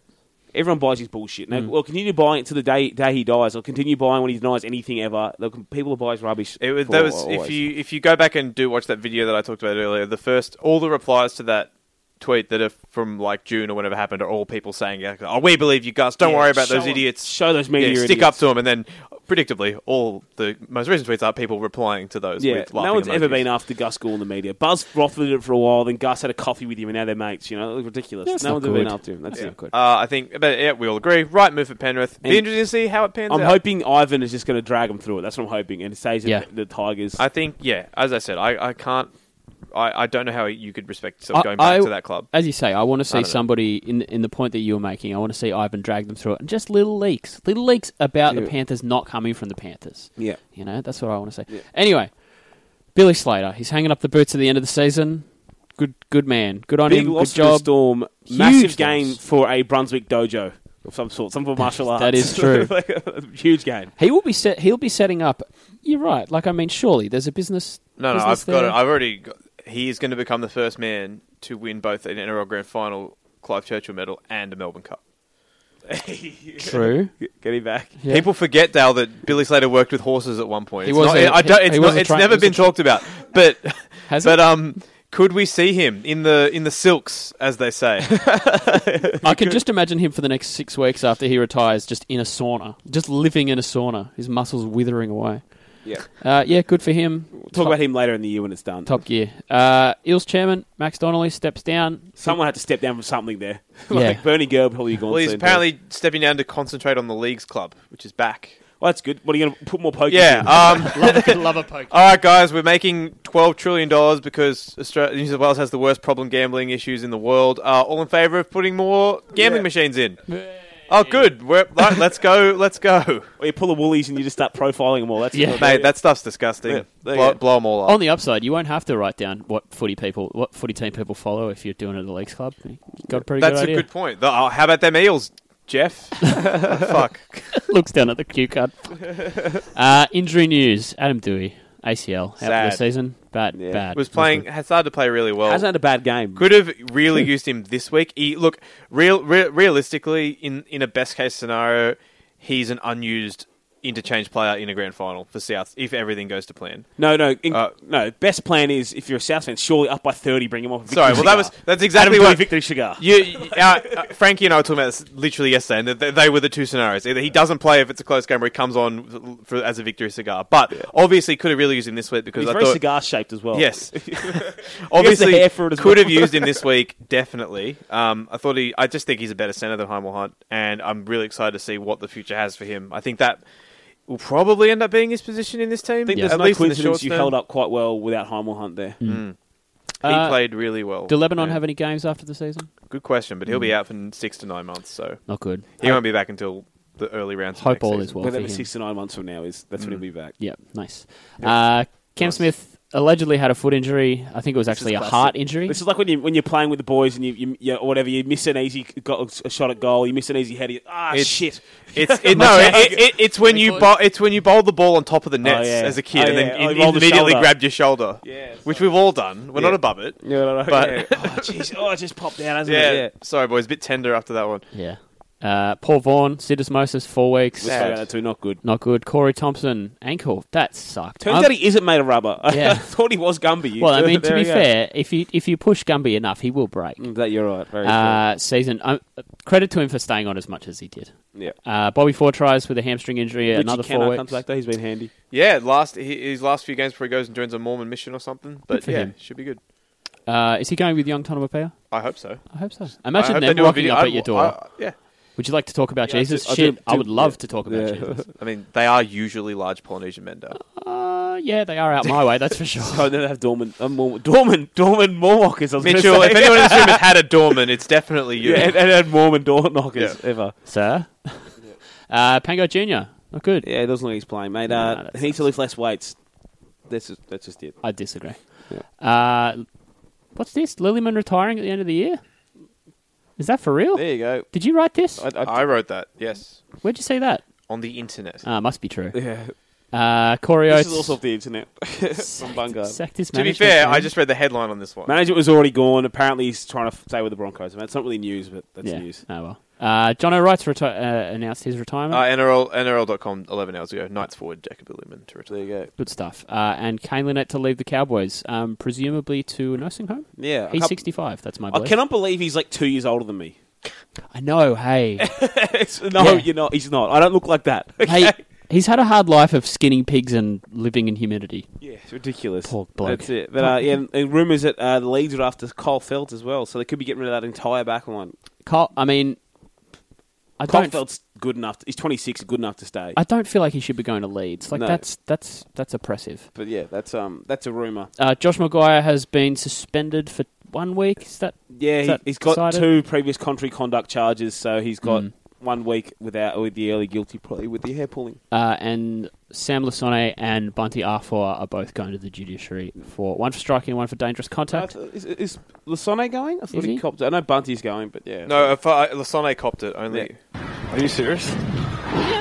Everyone buys his bullshit. Mm. Now, well, continue buying it to the day day he dies. Or continue buying when he denies anything ever. They'll, people will buy his rubbish. It was, for there was always. if you if you go back and do watch that video that I talked about earlier, the first all the replies to that tweet that are from like June or whenever happened are all people saying, like, "Oh, we believe you, Gus. Don't Yeah, worry about those show 'em. idiots. Show those yeah, media stick idiots. up to them." And then, predictably, all the most recent tweets are people replying to those. Yeah, with laughing no one's ever emojis. been after Gus Gould in the media. Buzz Rothman did it for a while, then Gus had a coffee with him, and now they're mates. You know, it was ridiculous. That's no not one's ever been good. after him. That's not good. Uh, I think, but yeah, we all agree. Right move for Penrith. Be And- interesting to see how it pans I'm out. hoping Ivan is just going to drag him through it. That's what I'm hoping, and it stays Yeah. at the Tigers. I think, yeah, as I said, I, I can't. I, I don't know how you could respect yourself I- going back I- to that club. As you say, I want to see don't know. somebody in in the point that you were making. I want to see Ivan drag them through it, and just little leaks, little leaks about Yeah. the Panthers not coming from the Panthers. Yeah. you know that's what I want to say. Anyway, Billy Slater, he's hanging up the boots at the end of the season. Good, good man. Good on Big him. loss Good to the job. Storm. Huge Massive loss. game for a Brunswick dojo of some sort, some sort of martial arts. <laughs> That is true. <laughs> Like a huge game. He will be set. He'll be setting up. You're right. Like I mean, surely there's a business. No, no, business I've got there. it. I've already. Got, he is going to become the first man to win both an NRL Grand Final Clive Churchill Medal and a Melbourne Cup. True. Get him back. Yeah. People forget, Dale, that Billy Slater worked with horses at one point. He It's was not, a- I don't, he- it's he not- was a it's tra- never he was been a tra- talked about. But, Has but it? um, could we see him in the in the silks, as they <laughs> say? I could just imagine him for the next six weeks after he retires, just in a sauna, just living in a sauna, his muscles withering away. Yeah. Uh, yeah, good for him. We'll talk about him later in the year when it's done. Top Gear. Uh, Eels chairman Max Donnelly steps down. Someone had to step down from something there. <laughs> Yeah. like Bernie Gerb probably gone. well, he's soon, too. apparently stepping down to concentrate on the league's club, which is back. Well, that's good. What are you going to put more poker? Yeah. in? Um, <laughs> love, a, love a poke. All right, guys, we're making twelve trillion dollars because Australia, New South Wales has the worst problem gambling issues in the world. Uh, all in favour of putting more gambling Yeah. machines in? Oh, good. We're, right, let's go. Let's <laughs> go, Or you pull the woolies and you just start profiling them all. That's Yeah. good. mate. That stuff's disgusting. Yeah, there you blow, go. blow them all up. On the upside, you won't have to write down what footy people, what footy team people follow if you're doing it at the Leagues Club. You got a pretty That's good a idea. <laughs> good point. The- oh, how about them eels, <laughs> Jeff? Fuck. Looks down at the cue card. Uh, injury news: Adam Dewey ACL out Sad. for the season. Bad, Yeah. bad. was playing has started to play really well. Hasn't had a bad game. Could have really used him this week. He, look, real, re- realistically, in in a best case scenario, he's an unused interchange player in a grand final for South if everything goes to plan. No, no, in, Uh, no. Best plan is if you're a South fan, surely up by thirty, bring him off. a victory Sorry, well that cigar. was that's exactly Adam Doty what victory cigar. You, you- uh, uh, Frankie and I were talking about this literally yesterday, and they, they were the two scenarios. Either he doesn't play if it's a close game, or he comes on for, as a victory cigar. But obviously, could have really used him this week because He's I very thought cigar shaped as well. <laughs> Yes. Oh. <laughs> Obviously, hair for it as could well. have used him <laughs> this week, definitely. Um, I thought he. I just think he's a better center than Heimel Hunt, and I'm really excited to see what the future has for him. I think that will probably end up being his position in this team. I think at there's no least in the short coincidence you term. held up quite well without Heimel Hunt there. Mm. He Uh, played really well. Do Lebanon Yeah. have any games after the season? good question? But he'll Hmm. be out for six to nine months, so Not good. Uh, he won't be back until the early rounds. of Hope next all season. is well for Whether him. it's six to nine months from now is that's Mm. when he'll be back. Yeah, nice. Uh, Cam Smith allegedly had a foot injury. I think it was actually a classic. heart injury. This is like when you when you're playing with the boys and you, you, you or whatever you miss an easy got a shot at goal, you miss an easy header. you- Ah, It's- shit! <laughs> It's it, no, it, it, it- it's when you bo- it's when you bowl the ball on top of the nets yeah. as a kid, Oh, and yeah. then Oh, you you roll the immediately shoulder. grabbed your shoulder, which we've all done. We're not above it. Yeah, no, no, But- yeah. <laughs> oh, jeez, oh, it just popped out, hasn't Yeah. it? Sorry, boys. A bit tender after that one. yeah. Uh, Paul Vaughan, syndesmosis, four weeks. We'll talk about that too. Not good. Not good. Corey Thompson, ankle. That sucked. Turns Um, out he isn't made of rubber. <laughs> Yeah. I thought he was Gumby. <laughs> well, I mean, to There be we go. fair, if you if you push Gumby enough, he will break. Mm, that you're right. Very Uh, season. Um, credit to him for staying on as much as he did. true. Yeah. Uh, Bobby four tries with a hamstring injury. Richie another Kenner four weeks. comes back though. He's been handy. <laughs> Yeah, last he- his last few games before he goes and joins a Mormon mission or something. But for yeah, him. should be good. Uh, is he going with young Tonawapea? I hope so. I hope so. I Imagine hope they them do a rocking video- up I'd- at your door. I- yeah, Would you like to talk about I Jesus? do- I do- Shit, I do- would love yeah. to talk about Yeah. <laughs> Jesus. I mean they are usually large Polynesian men. though. Uh, yeah, they are out my way. <laughs> That's for sure. Oh, no, they have Dorman. Uh, Mor- Dorman. Dorman Mormockers. I was gonna Mitchell, say. if anyone in this room has had a doorman, it's definitely you. <laughs> <laughs> yeah, and, and, and Mormon door knockers Yeah. ever. Sir, uh, Pango Junior, not good. Yeah, it doesn't look like he's playing, mate. Nah, uh, that he needs to lift less weights. That's just, that's just it. I disagree. Uh, what's this? Lilyman retiring at the end of the year? Is that for real? There you go. Did you write this? I, I, I wrote that. Yes, Where'd you see that? on the internet. Ah, must be true. yeah. Uh, Corey This Oates. is also off the internet <laughs> from Bungard. sacked his to be management fair, team. I just read the headline on this one. Manager was already gone. Apparently, he's trying to f- stay with the Broncos. I mean, it's not really news, but that's yeah. news. Oh well. Uh, John O'Wright's reti- uh, announced his retirement. Uh, NRL, NRL.com 11 hours ago. Knights forward Jacob Illumin to retire. There you go. Good stuff. Uh, and Kane Lynette to leave the Cowboys, um, presumably to a nursing home. Yeah, I He's can't- 65. That's my I belief. cannot believe he's like two years older than me. <laughs> I know. <laughs> Hey, It's- no, Yeah. you're not. He's not. I don't look like that. <laughs> hey, he's had a hard life of skinning pigs and living in humidity. Yeah, it's ridiculous. Poor bloke. That's it. But uh, yeah, and- and rumours that uh, the leagues are after Cole Felt as well, so they could be getting rid of that entire back line. Col- I mean, I Cole don't. Felt's good enough. he's 26, good enough to stay. I don't feel like he should be going to Leeds. Like No. that's that's that's oppressive. but yeah, that's um, that's a rumour. Uh, Josh Maguire has been suspended for one week. Is that Yeah, Is he, that he's got decided? two previous contrary conduct charges, so he's got one week without with the early guilty plea with the hair pulling. uh, and Sam Lasone and Bunty Arfour are both going to the judiciary for one for striking, one for dangerous I contact. th- uh, Is, is Lasone going? I thought Is he, he? copped. I know Bunty's going, but yeah. No, if I, Lasane copped it only. Are you serious? We're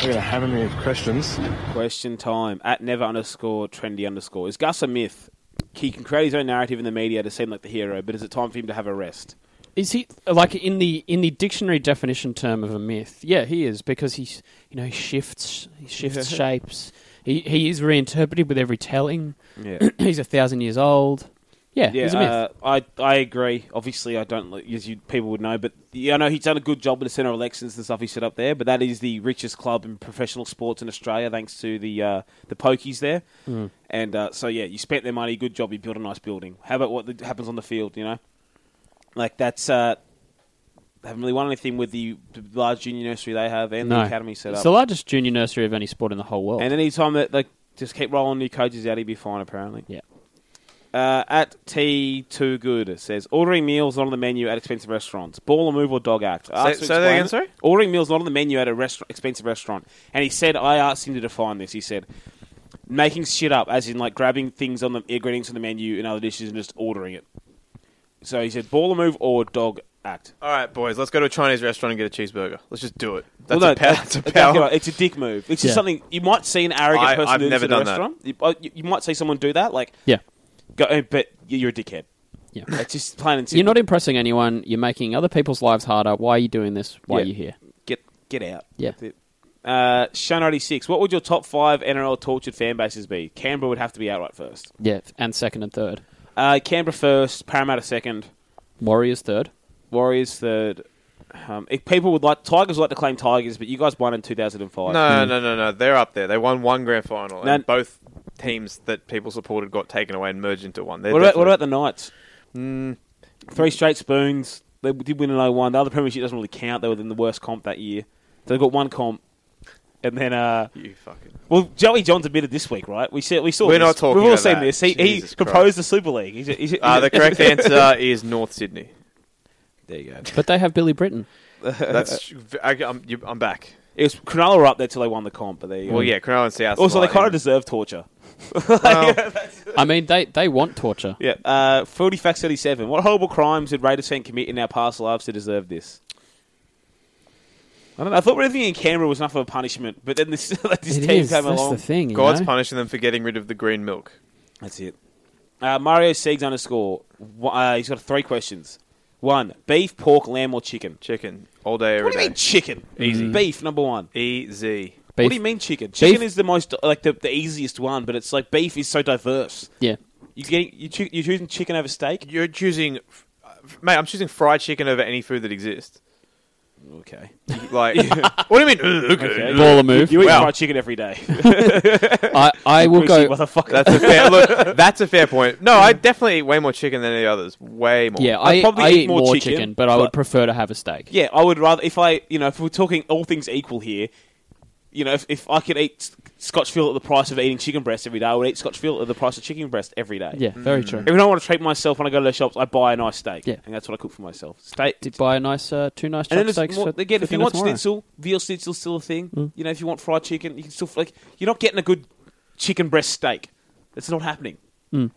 gonna have me of questions. Question time at never underscore trendy underscore. Is Gus a myth? He can create his own narrative in the media to seem like the hero, but is it time for him to have a rest? Is he like in the in the dictionary definition term of a myth? Yeah, he is because he's you know he shifts he <laughs> shifts shapes. He he is reinterpreted with every telling. <clears throat> <clears throat> Yeah. he's a thousand years old. Yeah, Yeah, he's a myth. uh, I I agree. Obviously, I don't li- as you people would know, but yeah, I know he's done a good job with the central elections and stuff he set up there. But that is the richest club in professional sports in Australia, thanks to the uh, the pokies there. Mm. And uh, so yeah, you spent their money. Good job. You built a nice building. How about what th- happens on the field? You know, like that's uh, they haven't really won anything with the the large junior nursery they have and the academy set It's up. the largest junior nursery of any sport in the whole world. and any time that they just keep rolling new coaches out, he'd be fine. Apparently, yeah. uh, at T Too Good says ordering meals not on the menu at expensive restaurants. Ball or move or dog act. I asked to say that again, explain- sorry? Ordering meals not on the menu at a restaur- expensive restaurant. And he said, I asked him to define this. He said, making shit up, as in like grabbing things on the ingredients on the menu and other dishes and just ordering it. So he said, ball or move or dog act. All right, boys, let's go to a Chinese restaurant and get a cheeseburger. Let's just do it. That's Well, no, a power. That's a exactly power. right. It's a dick move. It's just Yeah. something you might see an arrogant I- person I've do this never at a done that. restaurant. You, uh, you, you might see someone do that, like Yeah. go, eh, but you're a dickhead. Yeah. it's just plain and simple. You're not impressing anyone. You're making other people's lives harder. Why are you doing this? Why Yeah. are you here? get get out. Yeah. That's it. Uh, Shan eighty six. What would your top five NRL tortured fan bases be? Canberra would have to be outright first. Yeah, and second and third. Uh, Canberra first. Parramatta second. Warriors third. Warriors third. Um, if people would like Tigers would like to claim Tigers, but you guys won in two thousand and five. No, no, no, no. They're up there. They won one grand final, No. and both teams that people supported got taken away and merged into one. They're What about, what definitely- Mm. about the Knights? Three straight spoons. They did win an 0-1. The other premiership doesn't really count. They were in the worst comp that year. So they've got one comp. And then, uh, you? Fucking. well, Joey John's admitted this week, right? We see, we saw. We're this. not talking We've all about seen that. this. He, he Jesus proposed the Super League. He's a, he's a- Uh, the <laughs> correct answer is North Sydney. there you go. But they have Billy Britton. <laughs> That's. I, am you, I'm back. It was Cronulla were up there till they won the comp, but there you go. Well, yeah, Cronulla and South. Mm. Also, they kind of just. deserve torture. <laughs> I mean, they, they want torture. Yeah. Uh, Foodie Facts 37. What horrible crimes did Raiders fan commit in our past lives to deserve this? I don't know. I thought everything in Canberra was enough of a punishment, but then this, <laughs> like, this It team is. came That's along. the thing. you God's know? punishing them for getting rid of the green milk. That's it. Uh, Mario Siegs underscore. wh- Uh, he's got three questions. One, beef, pork, lamb, or chicken? Chicken all day every What day. do you mean chicken? Easy. Beef, number one. Easy. What Beef. do you mean chicken? Chicken Beef- is the most, like, the, the easiest one, but it's like beef is so diverse. Yeah. You getting, you choo- you're choosing chicken over steak? You're choosing, uh, mate. I'm choosing fried chicken over any food that exists. Okay. <laughs> Like, what do you mean? "Ugh, okay, Okay. ugh." Baller move. You eat Wow. fried chicken every day. I, I will <laughs> Greasy go. motherfucker. That's a fair <laughs> look. That's a fair point. No, I definitely eat way more chicken than any others. Way more. Yeah, I, I'd probably I eat eat more more, chicken, chicken, but, I would but- prefer to have a steak. Yeah, I would rather if I, you know, if we're talking all things equal here, you know, if, if I could eat s- Scotch fillet at the price of eating chicken breast every day, I would eat Scotch fillet at the price of chicken breast every day. Yeah, very true. If I don't want to treat myself when I go to the shops, I buy a nice steak. Yeah. And that's what I cook for myself. Steak. Did buy a nice, uh, two nice and then chuck there's steaks more, for, again, for if you dinner want tomorrow. schnitzel, veal schnitzel's still a thing. Mm. You know, if you want fried chicken, you can still like you're not getting a good chicken breast steak. That's not happening. Mm.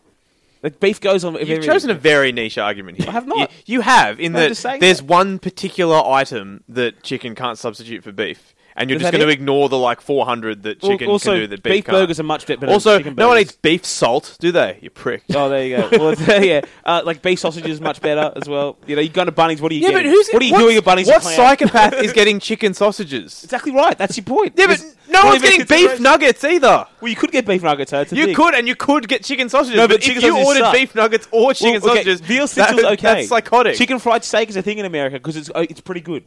Like beef goes on. with You've everything. chosen a very niche argument here. I have not. You, you have, in I'm that just saying there's that. one particular item that chicken can't substitute for beef, and you're Is just that going to it? ignore the like 400 that Well, chicken also, can do that beef, beef can't. burgers are much better. than also, chicken no one burgers. eats beef salt, do they? You prick. <laughs> Oh, <laughs> there you go. Well, <laughs> yeah, uh, like beef sausage is much better as well. You know, you go to Bunnings. What are you yeah, getting? but who's what are you what's- doing at Bunnings? What plan? psychopath is getting <laughs> chicken sausages? Exactly right. That's your point. Yeah, but It's- no not one's even getting beef consideration. nuggets either. Well, you could get beef nuggets. Huh? It's a You thing. could, and you could get chicken sausages. No, but but, chicken if you sausages ordered suck. beef nuggets or Well, chicken okay, sausages, Veal that- schnitzel's okay. That's psychotic. Chicken fried steak is a thing in America because it's uh, it's pretty good.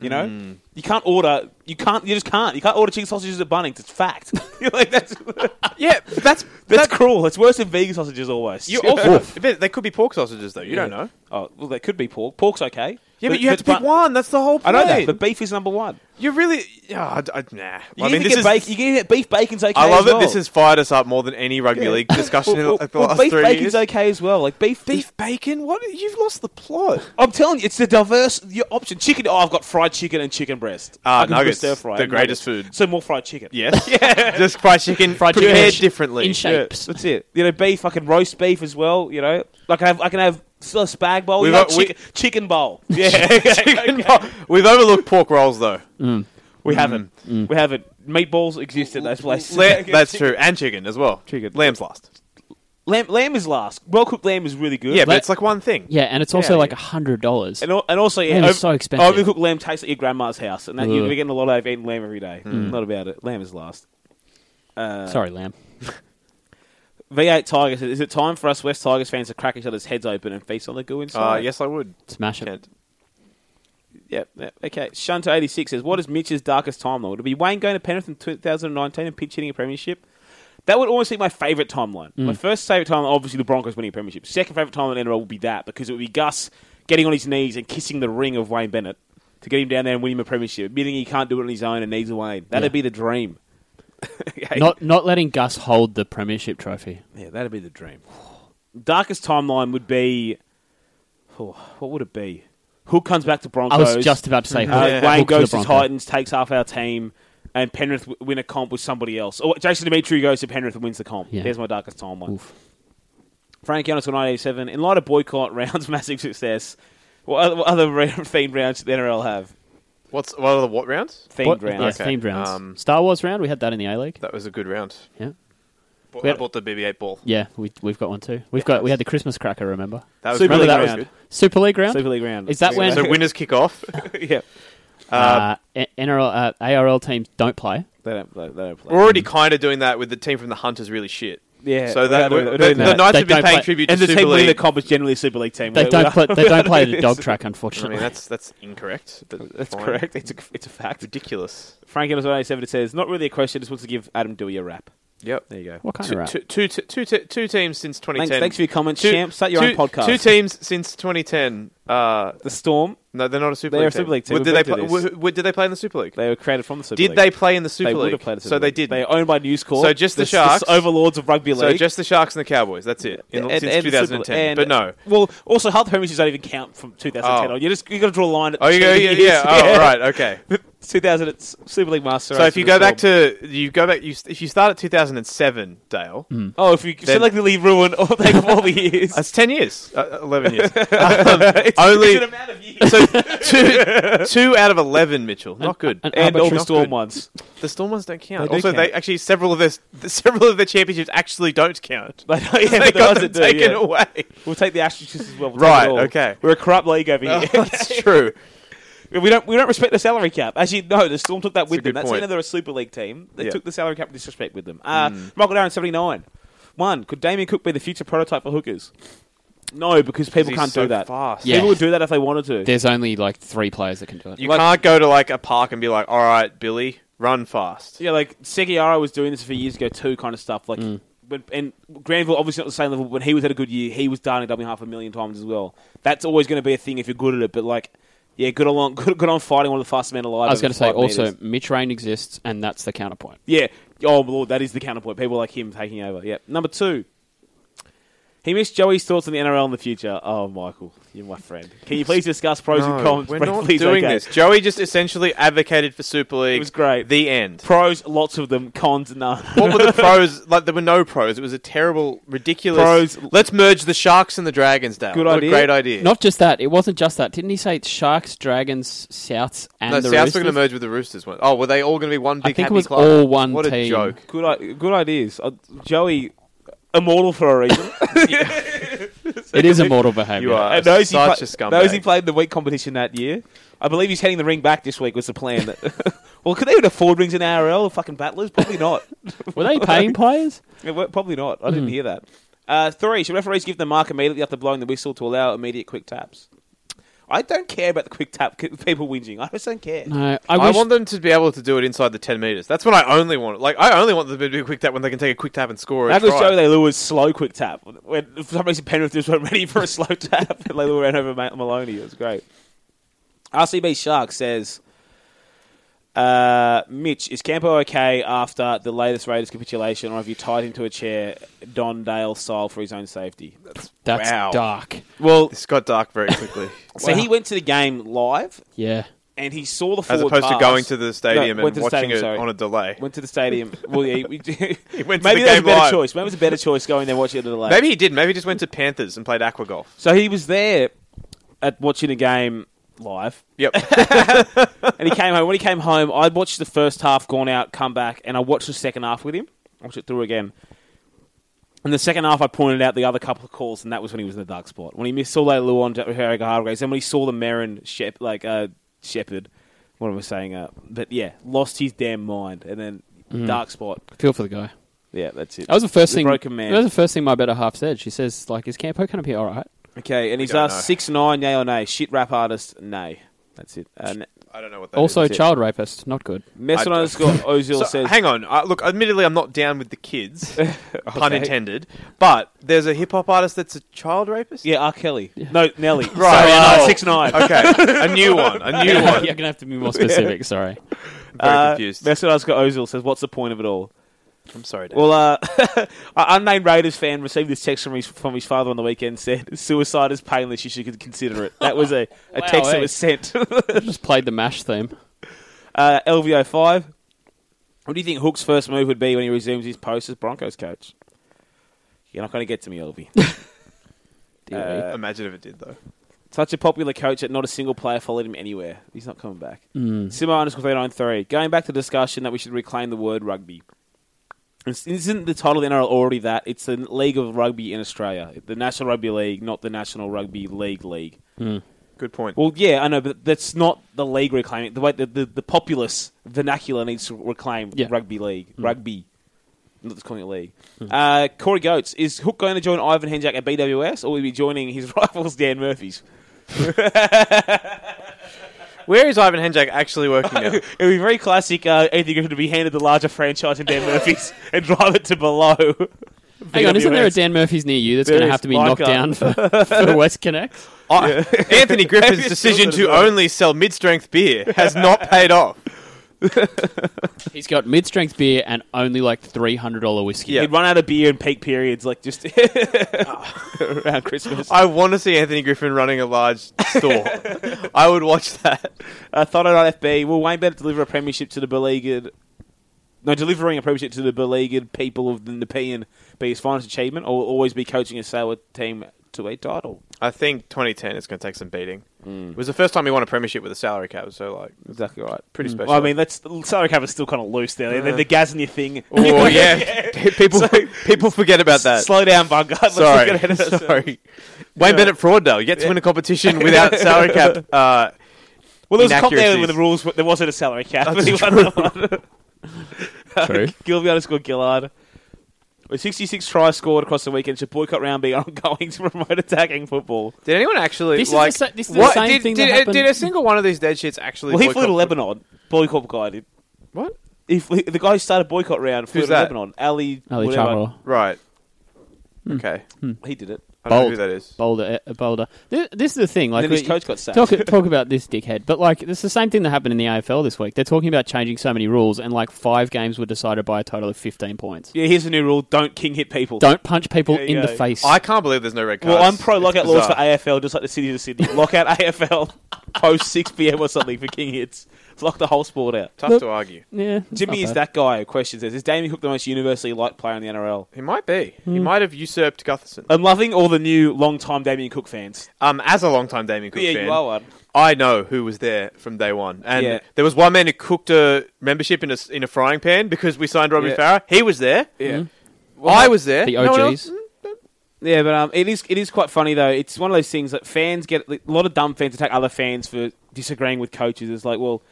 You know, Mm. you can't order. You can't. You just can't. You can't order chicken sausages at Bunnings. It's fact. <laughs> You're like that's <laughs> yeah, that's <laughs> that's that's. cruel. It's worse than vegan sausages almost. <laughs> you also, but they could be pork sausages though. You don't know. oh well, they could be pork. Pork's okay. Yeah, but, you have to pick bun- one. That's the whole I point. know that, but beef is number one. You're really. Yeah, I d- I- nah. You I mean, can either this get is. bacon, you can either get beef bacon's okay. I as love that well. this has fired us up more than any rugby league discussion in Well, like the well, last beef three bacon's years. okay as well. Like beef, beef. Beef bacon? What? You've lost the plot. I'm telling you, it's the diverse your option. Chicken. Oh, I've got fried chicken and chicken breast. Ah, I can do nuggets, stir-fry the and greatest nuggets. food. So more fried chicken. Yes. yeah. <laughs> Just fried chicken Fried chicken prepared in sh- differently. in shapes. That's it. You know, beef. I can roast beef as well. You know, like I, have, I can have still a spag bowl. We've you know, got- we- chicken, <laughs> chicken bowl. Yeah, <laughs> Yeah. Chicken bo- We've overlooked pork rolls though. we haven't. Mm. We haven't. Meatballs exist at those places. <laughs> La- that's true, and chicken as well. Chicken. Lamb's last. Lamb, lamb is last. Well cooked lamb is really good. Yeah, but it's like one thing. Yeah, and it's also Yeah, like yeah. a hundred dollars. And, al- and also, yeah, Lamb is so expensive. Overcooked lamb tastes at your grandma's house, and that you're Ugh. getting a lot of eating lamb every day. Hmm. Not about it. Lamb is last. Sorry, lamb. V8 Tigers. Is it time for us West Tigers fans to crack each other's heads open and feast on the goo Uh, inside? yes, I would. Smash it. Kent. Yeah. yeah. Okay. Shunter 86 says, "What is Mitch's darkest timeline? Would it be Wayne going to Penrith in 2019 and pinch hitting a premiership?" That would almost be my favourite timeline. Mm. My first favourite timeline, obviously, the Broncos winning a premiership. Second favourite timeline in NRL would be that because it would be Gus getting on his knees and kissing the ring of Wayne Bennett to get him down there and win him a premiership, admitting he can't do it on his own and needs a Wayne. That'd Yeah. be the dream. Okay. Not not letting Gus hold the premiership trophy. Yeah, that'd be the dream. Darkest timeline would be. oh, what would it be? Hook comes back to Broncos. I was just about to say Uh, Hook- Wayne Hook to the goes to Broncos. Titans, takes half our team, and Penrith w- win a comp with somebody else. Or Jason Dimitri goes to Penrith and wins the comp. Yeah. There's my darkest timeline. Oof. <laughs> Frank Yonis 987. In light of boycott rounds, massive success. What other, what other ra- themed rounds should the NRL have? What's what are the what rounds? Themed What- rounds. Yes, Okay, themed rounds. um, Star Wars round, we had that in the A League. That was a good round. Yeah. Bought, We I had- bought the BB-8 ball. Yeah, we, we've got one too. We've got we had the Christmas cracker. Remember That was Super really League that was round. good. Super League round? Super League round. Is that when So winners kick off. <laughs> yeah. uh, N- NRL uh, ARL teams don't play? They don't, they don't play. We're already kind of doing that with the team from the Hunters really shit. Yeah. so we're that, doing we're- we're the, doing the that. Knights They have been don't paying play- tribute and to the Super team winning the League. comp is generally a Super League team. They We're- don't we're- play, they don't play <laughs> the dog It's- track, I unfortunately. mean, that's that's incorrect. but That's fine. correct. It's a, it's a fact. Ridiculous. Frank Anderson 87 it says, not really a question, just wants to give Adam Dewey a rap. Yep. There you go. what kind of Two, rap? two, two, two, two, two teams since 2010. Thanks, thanks for your comments, Two- champ. Start your two, own podcast. Two teams since 2010. Uh, The Storm, no, they're not a Super They are League. a Super League team. Well, We've did they play? been to this. w- w- did they play in the Super League? they were created from the Super did League. they play in the Super They League? would have played the Super so they League. did. They are owned by News Corp. So just the s- s- Sharks. overlords of rugby so league. just the Sharks and the Cowboys. That's it. In, And- since and the Super- 2010. and- but no. Well, also half the premierships don't even count from 2010 Oh. on. You just you got to draw a line. At Oh, you go, two yeah, years. yeah. <laughs> Oh, right. Okay. 2000 it's Super League Master. So if you go back to you go back you st- if you start at 2007, Dale, oh, if you then- selectively ruin all, like, all <laughs> the years, that's 10 years, uh, 11 <laughs> years. it's, only- it's an amount of years. so two, two out of 11, Mitchell, not good. and all the Not Storm good. ones. The Storm ones don't count. They do also, they count. actually several of their <laughs> the, several of their championships actually don't count. <laughs> But, yeah, <laughs> they but the got ones them that do, taken yeah. away. <laughs> We'll take the Ashes as well. We'll take Right, it all. okay. We're a corrupt league over here. <laughs> <laughs> That's true. We don't we don't respect the salary cap. Actually, no, the Storm took that with a them. good That's point. why they're a Super League team. They Yeah. Mm. took the salary cap with disrespect with them. Uh, Michael Darren, 79. One, could Damien Cook be the future prototype for hookers? No, because people he's can't so do that. fast. People Yeah. would do that if they wanted to. There's only like three players that can do it. You Like- can't go to like a park and be like, "All right, Billy, run fast." Yeah, like Seguiara was doing this a few years ago too, kind of stuff. Like, Mm. when, and Granville obviously not the same level. But when he was at a good year, he was darting W half a million times as well. That's always going to be a thing if you're good at it. But like, yeah, good along, <laughs> good, good on fighting one of the fastest men alive. I was over going to say five also, metres. Mitch Rain exists, and that's the counterpoint. yeah. Oh lord, that is the counterpoint. People like him taking over. Yep. Number two. He missed Joey's thoughts on the NRL in the future. Oh, Michael, you're my friend. Can you please discuss pros and cons we're briefly? not It's doing okay. this. Joey just essentially advocated for Super League. was great. The end. Pros, lots of them. Cons, none. what were the pros? Like there were no pros. It was a terrible, ridiculous. Pros- Let's merge the sharks and the dragons down. Good what idea. A great idea. Not just that; it wasn't just that. Didn't he say it's Sharks, Dragons, Souths, and no, the Souths Roosters? are going to merge with the Roosters. One. Oh, were they all going to be one big I think happy it was club? all one what team. a joke. Good, i- good ideas. Uh, Joey, immortal for a <laughs> reason. It is immortal behaviour. You are And knows he such pla- a scumbag. Knows he played the week competition that year. I believe he's heading the ring back this week. Was the plan? <laughs> well, could they even afford rings in ARL? The fucking battlers, <laughs> probably not. Were they paying players? Yeah, well, probably not. I Hmm. didn't hear that. Uh, three. Should referees give the mark immediately after blowing the whistle to allow immediate quick taps? I don't care about the quick tap <laughs> c- people whinging. I just don't care. No, I, I, wish want them to be able to do it inside the ten meters. That's what I only want. Like I only want them to do a quick tap when they can take a quick tap and score. That a was try. Joe Leilua's slow quick tap. When for some reason Penrith just weren't ready for a slow <laughs> tap, and Leilua ran over Ma- Maloney. It was great. RCB Shark says, uh, "Mitch, is Campo okay after the latest Raiders capitulation, or have you tied him to a chair, Don Dale style, for his own safety?" that's Wow. dark. Well, This got dark very <laughs> quickly, so he went to the game live, Yeah, and he saw the as forward opposed to pass. going to the stadium went and to the watching stadium, it sorry. on a delay. Went to the stadium. <laughs> Well, yeah, we, went to maybe the that was a game better live. choice. Maybe it was a better choice going there watching it <laughs> at the live. Maybe he did. Maybe he just went to Panthers and played aqua golf. So he was there at watching a game live, Yep. <laughs> and he came home. When he came home, I'd watched the first half, gone out, come back, and I watched the second half with him. I watched it through again. In the second half, I pointed out the other couple of calls, and that was when he was in the dark spot. When he missed Sole Luon to Harry Hargraves, and when he saw the Merrin Shep, like uh, Shepherd, what am I saying? Uh, but yeah, lost his damn mind, and then dark spot. feel for the guy. Yeah, that's it. Mm-hmm. That was the first The thing. broken man. That was the first thing my better half said. She says, "Like, is Campo going to be all right?" okay, and he's don't asked know. six nine, yay or nay? Shit rap artist, nay. That's it. Uh, n- I don't know what that is. Also, that's it. child rapist, not <laughs> good. Messon I- underscore Ozil So, says, hang on. Uh, look, admittedly, I'm not down with the kids, <laughs> pun intended. But there's a hip hop artist that's a child rapist. "Yeah, R. Kelly, no Nelly, <laughs> right? Right. Sorry, Oh. six nine. Okay, a new one. A <laughs> new You're one. going to have to be more specific. Sorry. Very Uh, confused. Messon underscore Ozil says, "What's the point of it all?" I'm sorry, Dave. Well, <laughs> uh, an unnamed Raiders fan received this text from his from his father on the weekend. Said, "Suicide is painless. You should consider it." That was a, a text eh? that was sent. <laughs> Just played the mash theme. uh, LVO five. What do you think Hook's first move would be when he resumes his post as Broncos coach? You're not going to get to me, LV. Dear me. Uh, Imagine if it did though. Such a popular coach that not a single player followed him anywhere. He's not coming back. Simo underscore three nine three. Going back to the discussion that we should reclaim the word rugby. This isn't the title of the NRL already that? It's the League of Rugby in Australia, the National Rugby League, not the National Rugby League League. Good point. Well, yeah, I know, but that's not the league reclaiming. it. The way the, the, the populace vernacular needs to reclaim Yeah. rugby league, rugby, not just calling it league. Uh, Corey Goats is Hook going to join Ivan Henjak at BWS, or will he be joining his <laughs> rivals Dan Murphy's? Where is Ivan Henjak actually working <laughs> now? It would be very classic. Uh, Anthony Griffin to be handed the larger franchise in <laughs> Dan Murphy's and drive it to below. Hang on, isn't there a BWS? Dan Murphy's near you that's There going to is, have to be like knocked a- down <laughs> for, for West Connect? I- Anthony Griffin's Maybe it's decision Jordan to as well. only sell mid-strength beer has not paid off. He's got mid-strength beer and only like three hundred dollar whiskey. Yeah. He'd run out of beer in peak periods, like <laughs> just <laughs> around Christmas. I want to see Anthony Griffin running a large store. <laughs> I would watch that. Uh, thought on FB, will Wayne Bennett deliver a premiership to the beleaguered? No, delivering a premiership to the beleaguered people of the Nepean be his finest achievement, or will always be coaching a Sailor team to a title? I think 2010 is going to take some beating. It was the first time he won a premiership with a salary cap, so like it's Exactly right. pretty special. Well, I mean, that's the salary cap is still kind of loose there. The, Uh-huh. the Gaznia thing. <laughs> oh yeah, <laughs> people <laughs> people forget about that. Slow down, Bungard. <laughs> <laughs> Let's Sorry, get ahead of ourselves. <laughs> sorry. Wayne Bennett Frauddale, you get to win a <laughs> competition without salary cap. <laughs> Uh, Well, there was a cop there Inaccuracies. with the rules. But there wasn't a salary cap. But <laughs> he won that <laughs> one. True. <laughs> Gilby underscore Gillard. With 66 tries scored across the weekend, should boycott round be <laughs> ongoing to promote attacking football? did anyone actually This is like the sa- this is the what same did, thing did, uh, that happened- did a single one of these dead shits actually? Well, he flew to boycott- Lebanon. Boycott guy did. What? He flew, the guy who started boycott round flew Who's to that? Lebanon. Ali, Ali whatever. Charo, Right. Okay. He did it. I don't know Bold. who that is. Boulder, uh, Boulder. This, this is the thing. Like then his we- coach got sacked. Talk, talk <laughs> about this dickhead. But like, it's the same thing that happened in the AFL this week. They're talking about changing so many rules, and like five games were decided by a total of fifteen points. Yeah, here's a new rule: don't king hit people. Don't punch people There you in the go. face. I can't believe there's no red cards. Well, I'm pro It's lockout laws for bizarre. AFL, just like the city of Sydney. Lockout <laughs> AFL post 6 p.m. or something for king hits. Lock the whole sport out. Tough Look. to argue. yeah, it's not Jimmy is bad. that guy who questions says, Is Damien Cook the most universally liked player in the NRL? He might be. He might have usurped Gutherson. I'm loving all the new long-time Damien Cook fans. Um, as a long-time Damien Cook yeah, fan, you are one. I know who was there from day one, and Yeah. there was one man who cooked a membership in a s- in a frying pan because we signed Robbie Yeah. Farah. He was there. Yeah. I was there. Mm-hmm. The No one OGs. else- Yeah, but um, it is it is quite funny though. It's one of those things that fans get a lot of dumb fans attack other fans for disagreeing with coaches. It's like, well,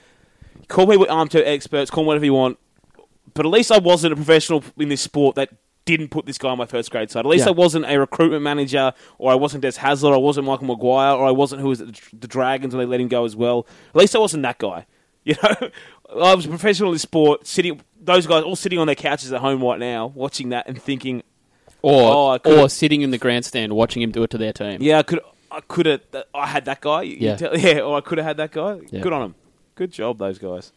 call people armchair experts, call them whatever you want, but at least I wasn't a professional in this sport that didn't put this guy on my first grade side. At least Yeah. I wasn't a recruitment manager, or I wasn't Des Hasler, or I wasn't Michael Maguire, or I wasn't who was at the, Dr- the Dragons when they let him go as well. At least I wasn't that guy. <laughs> You know, I was a professional in this sport. Sitting, those guys all sitting on their couches at home right now, watching that and thinking, Oh, I Or could've- or sitting in the grandstand watching him do it to their team. Yeah, I could. I could have. I had that guy. You- you Yeah. tell- <laughs> yeah. Or I could have had that guy. Yeah. Hmm. Good on him. Good job, those guys.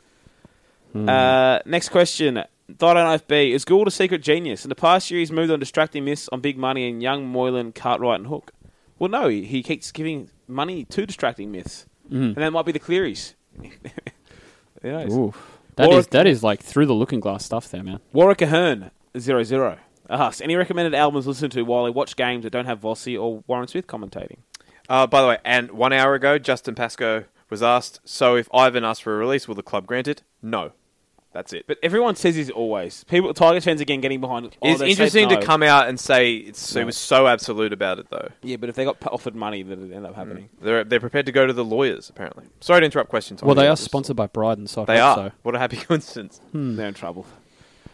Uh, next question. Thought on IFB is Gould a secret genius? In the past year, he's moved on distracting miss on big money and young Moylan, Cartwright, and Hook. Well, no, he, he keeps giving money to distracting myths, Mm-hmm. and that might be the Clearys. <laughs> Who knows? Oof. That Or- is that is like through the looking glass stuff there, man. Warwick Ahern, 0 0. Asked, any recommended albums to listen to while I watch games that don't have Vossi or Warren Smith commentating? Uh, by the way, and one hour ago, Justin Pascoe was asked, "So if Ivan asks for a release, will the club grant it?" No. That's it. But everyone says he's always. People, Tigers fans again getting behind. it. Oh, it's they said interesting no. to come out and say it's, it No. was so absolute about it, though. Yeah, but if they got p- offered money, that would end up happening. They're they're prepared to go to the lawyers, apparently. Sorry to interrupt question time. Oh, Well, they Yeah, are just- sponsored by Bryden, so I They are. hope so. uh, What a happy <laughs> coincidence. They're in trouble. <laughs>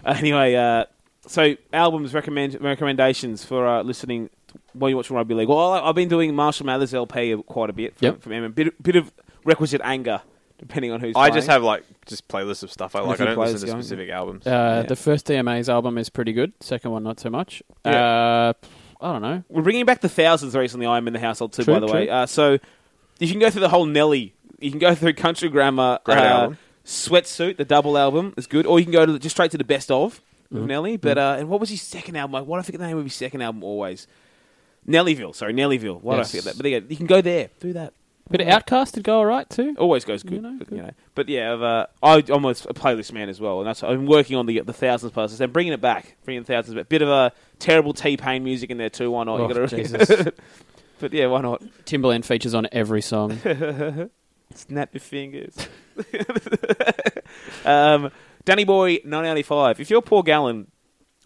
Uh, anyway, uh, so albums recommend recommendations for uh, listening t- while you're watching rugby league. Well, I, I've been doing Marshall Mathers LP quite a bit from, Yep. from him. A bit, bit of requisite anger, depending on who's. I just playing. have like just playlists of stuff I like. I few don't listen players to going. specific albums. Uh, Yeah. The first DMA's album is pretty good. Second one, not so much. Yeah. Uh, I don't know. We're bringing back the thousands recently. I am in the household too, True, by the true. way. Uh, so you can go through the whole Nelly. You can go through Country Grammar, Great uh, album. Sweatsuit, the double album is good, or you can go to the, just straight to the best of Mm-hmm. with Nelly. But uh, and what was his second album? Like, what I forget the name of his second album always. Nellyville, sorry, Nellyville. Why Yes. do I forget that? But there you, go. you can go there, do that. Bit of Outcast did go all right too. Always goes good, You know, but, good. you know. But yeah, I've, uh, I, I'm a s- a playlist man as well, and that's I've been working on the the thousands passes and bringing it back, bringing the thousands back. Bit of a terrible T Pain music in there too. Why not? Oh, you got to Jesus. <laughs> But yeah, why not? Timberland features on every <laughs> song. Snap your fingers. <laughs> um, Danny Boy, 1985. If you're Paul Gallen, do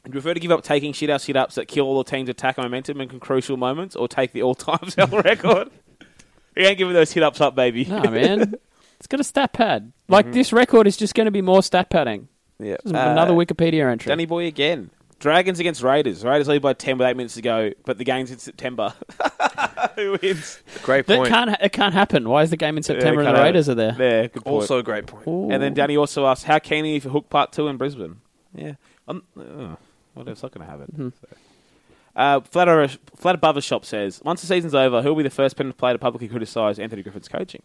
you prefer to give up taking shit out shit ups that kill all the team's attack momentum and crucial moments, or take the all <laughs> time sell record? He ain't giving those hit ups up, baby. nah, man. It's got a stat pad. Like, this record is just going to be more stat padding. <laughs> yeah. This is Another Mm-hmm. Uh, Wikipedia entry. Danny Boy again. Dragons against Raiders. Raiders lead by 10 with 8 minutes to go, but the game's in September. <laughs> Who wins? Great that point. can't, ha- it can't happen. Why is the game in September Yeah, and can't the have Raiders it. are there? Yeah, good point. also, great point. Ooh. And then Danny also asked, "How keen are you for Hook Part Two in Brisbane?" Yeah, um, uh, well, it's not going to happen. Hmm. So. Uh, flat, over, flat above the shop says, "Once the season's over, who will be the first pen player to publicly criticise Anthony Griffin's coaching?"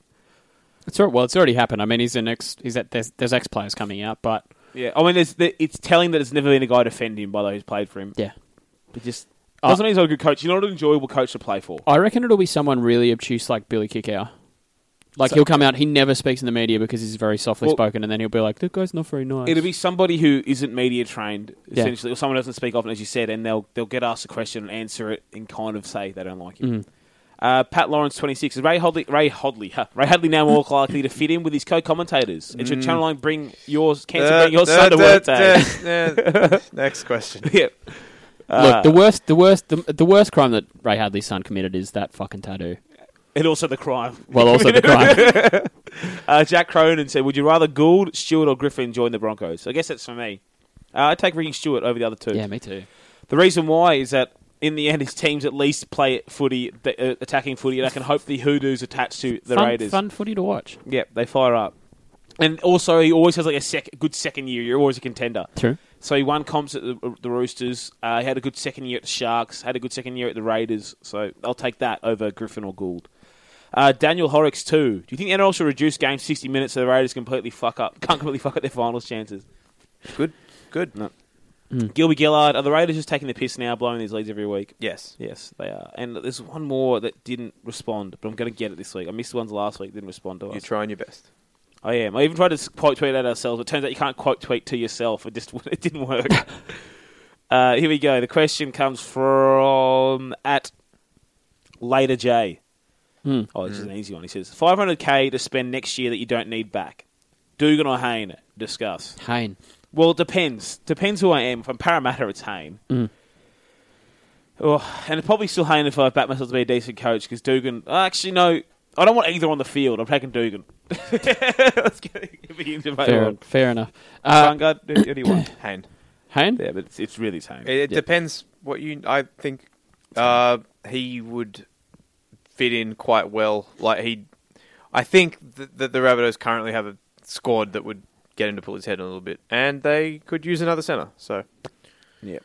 It's al- well, it's already happened. I mean, he's an ex. He's at, there's, there's ex players coming out, but Yeah, I mean, there's, the, it's telling that there's never been a guy defend him by though who's played for him. yeah, But just Uh, doesn't mean he's not a good coach. He's not an enjoyable coach to play for. I reckon it'll be someone really obtuse like Billy Kickout. Like he'll come out, he never speaks in the media because he's very softly Well- spoken, and then he'll be like, "That guy's not very nice." It'll be somebody who isn't media trained, Yeah. essentially, or someone who doesn't speak often, as you said, and they'll they'll get asked a question and answer it and kind of say they don't like Mm-hmm. him. Uh, Pat Lawrence, twenty six. Ray Hodley, Ray Hodley, huh, Ray Hadley now more likely to fit in with his co-commentators. It should Mm. Channel Nine bring yours, cancer, bring your son to work day. uh, Next question. <laughs> Yeah. uh, look the worst, the worst, the, the worst crime that Ray Hadley's son committed is that fucking tattoo. and also the crime. Well, also the <laughs> crime. Uh, Jack Cronin said, "Would you rather Gould, Stewart, or Griffin join the Broncos?" I guess that's for me. Uh, I take Ricky Stewart over the other two. yeah, me too. The reason why is that in the end, his teams at least play at footy, th- uh, attacking footy, and I can hope the Hoodoos attached to the fun, Raiders. fun footy to watch. Yep, they fire up. And also, he always has like a sec- good second year. You're always a contender. True. So he won comps at the, the Roosters. Uh, he had a good second year at the Sharks. Had a good second year at the Raiders. So I'll take that over Griffin or Gould. Uh, Daniel Horrocks too. Do you think the NRL should reduce games 60 minutes so the Raiders completely fuck up? <laughs> Can't completely fuck up their finals chances. Good. Good. No. Gilby Gillard. Are the Raiders just taking the piss now, blowing these leads every week? Yes. Yes, they are. And there's one more that didn't respond, but I'm going to get it this week. I missed the ones last week, didn't respond to us. You're trying your best. I am. I even tried to s- quote tweet at ourselves, but it turns out you can't quote tweet to yourself. It just <laughs> it didn't work. uh, here we go. The question comes from at later J. Oh, this is an easy one. He says 500k to spend next year that you don't need back. Dugan or Hain? Discuss. Hain. Well, it depends. Depends who I am. If I'm Parramatta, it's Hain. Oh, and probably still Hain if I back myself to be a decent coach because Dugan. uh, Actually, no. I don't want either on the field. I'm taking Dugan. <laughs> Let's get get me into my Fair, own. fair enough. Uh, Vanguard, who who do you want? Hand. Hain. Yeah, but it's, it's really it's Hain. It, it depends what you. I think uh, he would fit in quite well. Like he, I think th- that the Rabbitohs currently have a squad that would get him to pull his head in a little bit, and they could use another centre. So Yeah.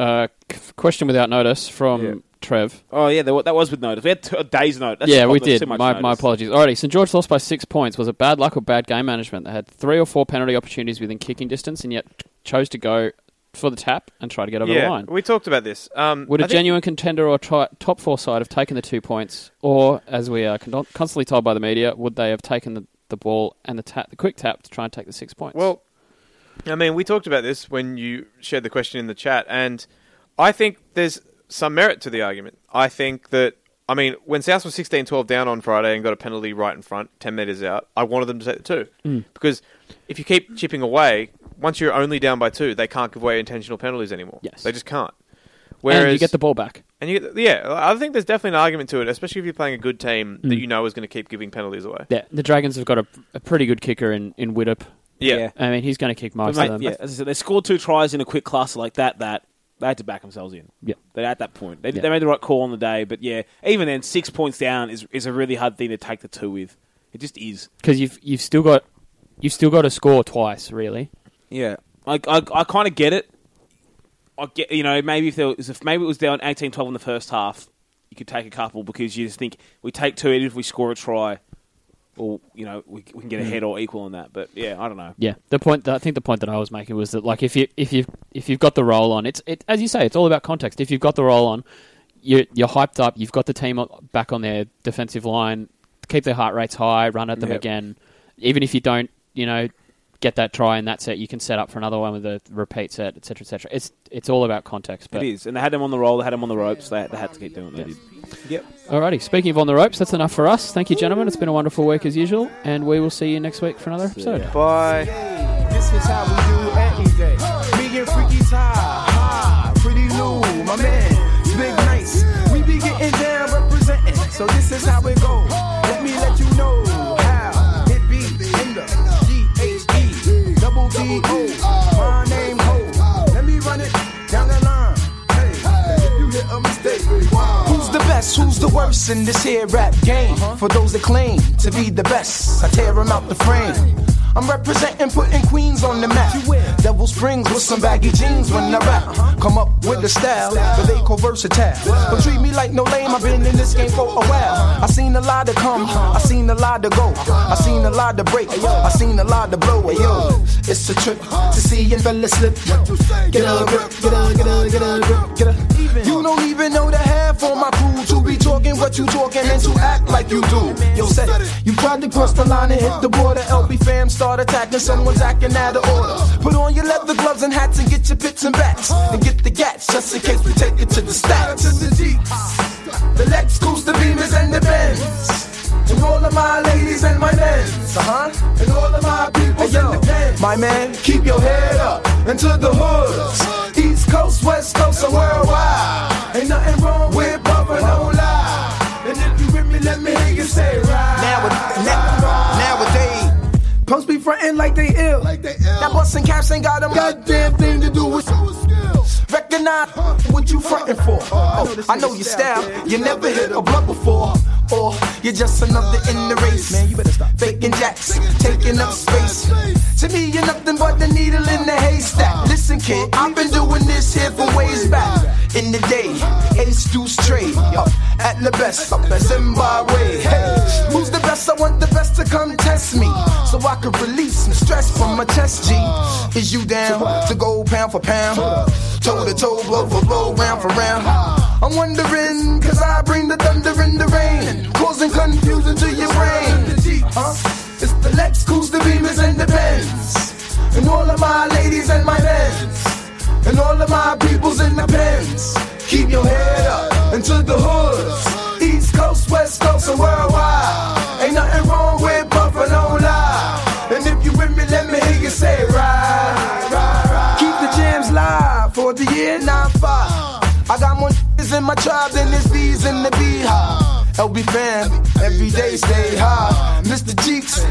Uh, c- question without notice from Yeah. Trev. Oh, yeah, that, that was with notice. We had t- a day's notice. That's yeah, the we problem. That's did. too much My, my notice. apologies. Alrighty, St George lost by six points. Was it bad luck or bad game management? They had three or four penalty opportunities within kicking distance, and yet chose to go for the tap and try to get over the yeah, line. we talked about this. Um, Would I a think- genuine contender or tri- top four side have taken the two points, or as we are con- constantly told by the media, would they have taken the, the ball and the tap, the quick tap, to try and take the six points? Well, I mean, we talked about this when you shared the question in the chat, and I think there's some merit to the argument. I think that, I mean, when South was 16 12 down on Friday and got a penalty right in front, 10 metres out, I wanted them to take the two. Mm. Because if you keep chipping away, once you're only down by two, they can't give away intentional penalties anymore. Yes. They just can't. Whereas, and you get the ball back. and you get the- yeah, I think there's definitely an argument to it, especially if you're playing a good team that you know is going to keep giving penalties away. Mm. Yeah, the Dragons have got a, a pretty good kicker in in Widdop. Yeah. I mean, he's going to kick But most mate, of them. yeah, as I said, they scored two tries in a quick class like that. That they had to back themselves in. Yeah. they at that point they, Yeah. they made the right call on the day. But yeah, even then, six points down is is a really hard thing to take the two with. It just is. because you've you've still got you've still got to score twice, really. Yeah, I I, I kind of get it. I get you know maybe if there was if maybe it was down 18-12 in the first half, you could take a couple because you just think we take two even if we score a try, or you know we, we can get ahead or equal on that. But yeah, I don't know. Yeah, the point that, I think the point that I was making was that like if you if you if you've got the roll on, it's it as you say, it's all about context. If you've got the roll on, you're you're hyped up. You've got the team on- back on their defensive line, keep their heart rates high, run at them Yep. again, even if you don't, you know, get that try in that set, you can set up for another one with a repeat set, etc., etc. It's it's all about context. But It is, and they had him on the roll. They had him on the ropes. They, they had to keep doing what they did. Yep. Alrighty, speaking of on the ropes, that's enough for us. Thank you, gentlemen. It's been a wonderful week as usual, and we will see you next week for another episode. Bye. This is how we do any day. Me and Freaky's high, high. Pretty Lou, my man, big nice. We be getting down representing. So this is how it go. Let me let you know how it be in the G-H-E, double D-O. My name Ho. Let me run it down the line. Hey, if you hit a mistake, rewind. Who's the best? Who's the worst in this here rap game? Uh-huh. For those that claim to be the best, I tear 'em out the frame. I'm representing putting Queens on the map. Devil Springs with some baggy jeans when I Uh-huh. rap. Come up with a style that they call versatile. But treat me like no lame, I've been in this game for a while. I seen a lot to come, I seen a lot to go. I seen a lot to break, I seen a lot to blow. Ayo, it's a trip to see and fella slip. Get a grip, get a, get a, get a grip, get a. You don't even know the half on my crew to be talking what you talking and to act like you do. Yo, said you tried to cross the line and hit the border. LB fam start attacking, someone's acting out of order. Put on your leather gloves and hats and get your bits and bats and get the gats just in case we take it to the stats. To the Jeeps, the Lexus, the Beamers, and the Benz. To all of my ladies and my men, uh-huh, and all of my people hey, yo, My man, keep your head up into the hood. East Coast, West Coast, and worldwide. Ain't nothing wrong with bumping no lie. And if you with me, let me hear you say right. Now, nowadays, punks be frontin' like they ill. Like they ill. That bustin' caps ain't got a goddamn thing to do with Recognize what you frontin' for. Oh, I know your style. You never hit a blunt before. Or you're just another in the race. Man, you better stop. Faking jacks, taking up space. To me, you're nothing but the needle in the haystack. Listen, kid, I've been doing this here for ways back. In the day, Ace Deuce Trade. Up at the best, up at Zimbabwe. Hey, who's the best? I want the best to come test me. So I could release some stress from my chest, G. Is you down to go pound for pound? Toe to toe, blow for blow, round for round. I'm wondering, cause I bring the thunder in the rain, causing confusion to your brain. Huh? It's the Lex, Coos, the Beamers, and the Benz. And all of my ladies and my men's. And all of my peoples in the pens. Keep your head up into the hoods. East Coast, West Coast, and worldwide. Ain't nothing wrong with bumping no lie. And if you with me, let me hear you say right, right, right. Keep the jams live for the year 95. I got more niggas in my tribe than there's bees in the beehive. LB fam, every day stay high. Mr. Cheeks,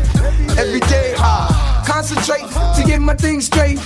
every day high. Concentrate to get my thing straight.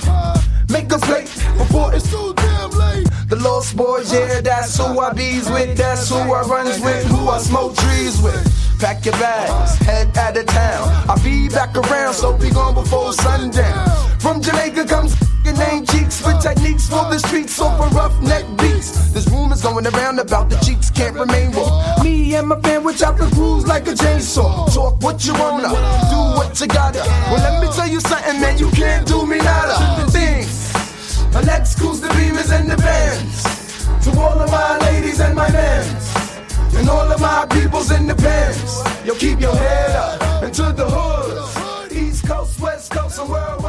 Make a plate before it's too damn late. The lost boys, yeah, that's who I bees with. That's who I runs with. Who I smoke trees with. Pack your bags, head out of town. I'll be back around, so be gone before sundown. From Jamaica comes your name cheeks with techniques for the streets over rough neck beats. There's rumors going around about the cheeks can't remain raw. Me and my fan, which out the grooves like a chainsaw. Talk what you wanna, do what you gotta. Well, let me tell you something, man, you can't do me nada. Things, my next cool's the beamers and the bands. To all of my ladies and my men's. And all of my peoples in the pens. Yo, keep your head up into the hood. East Coast, West Coast, and world.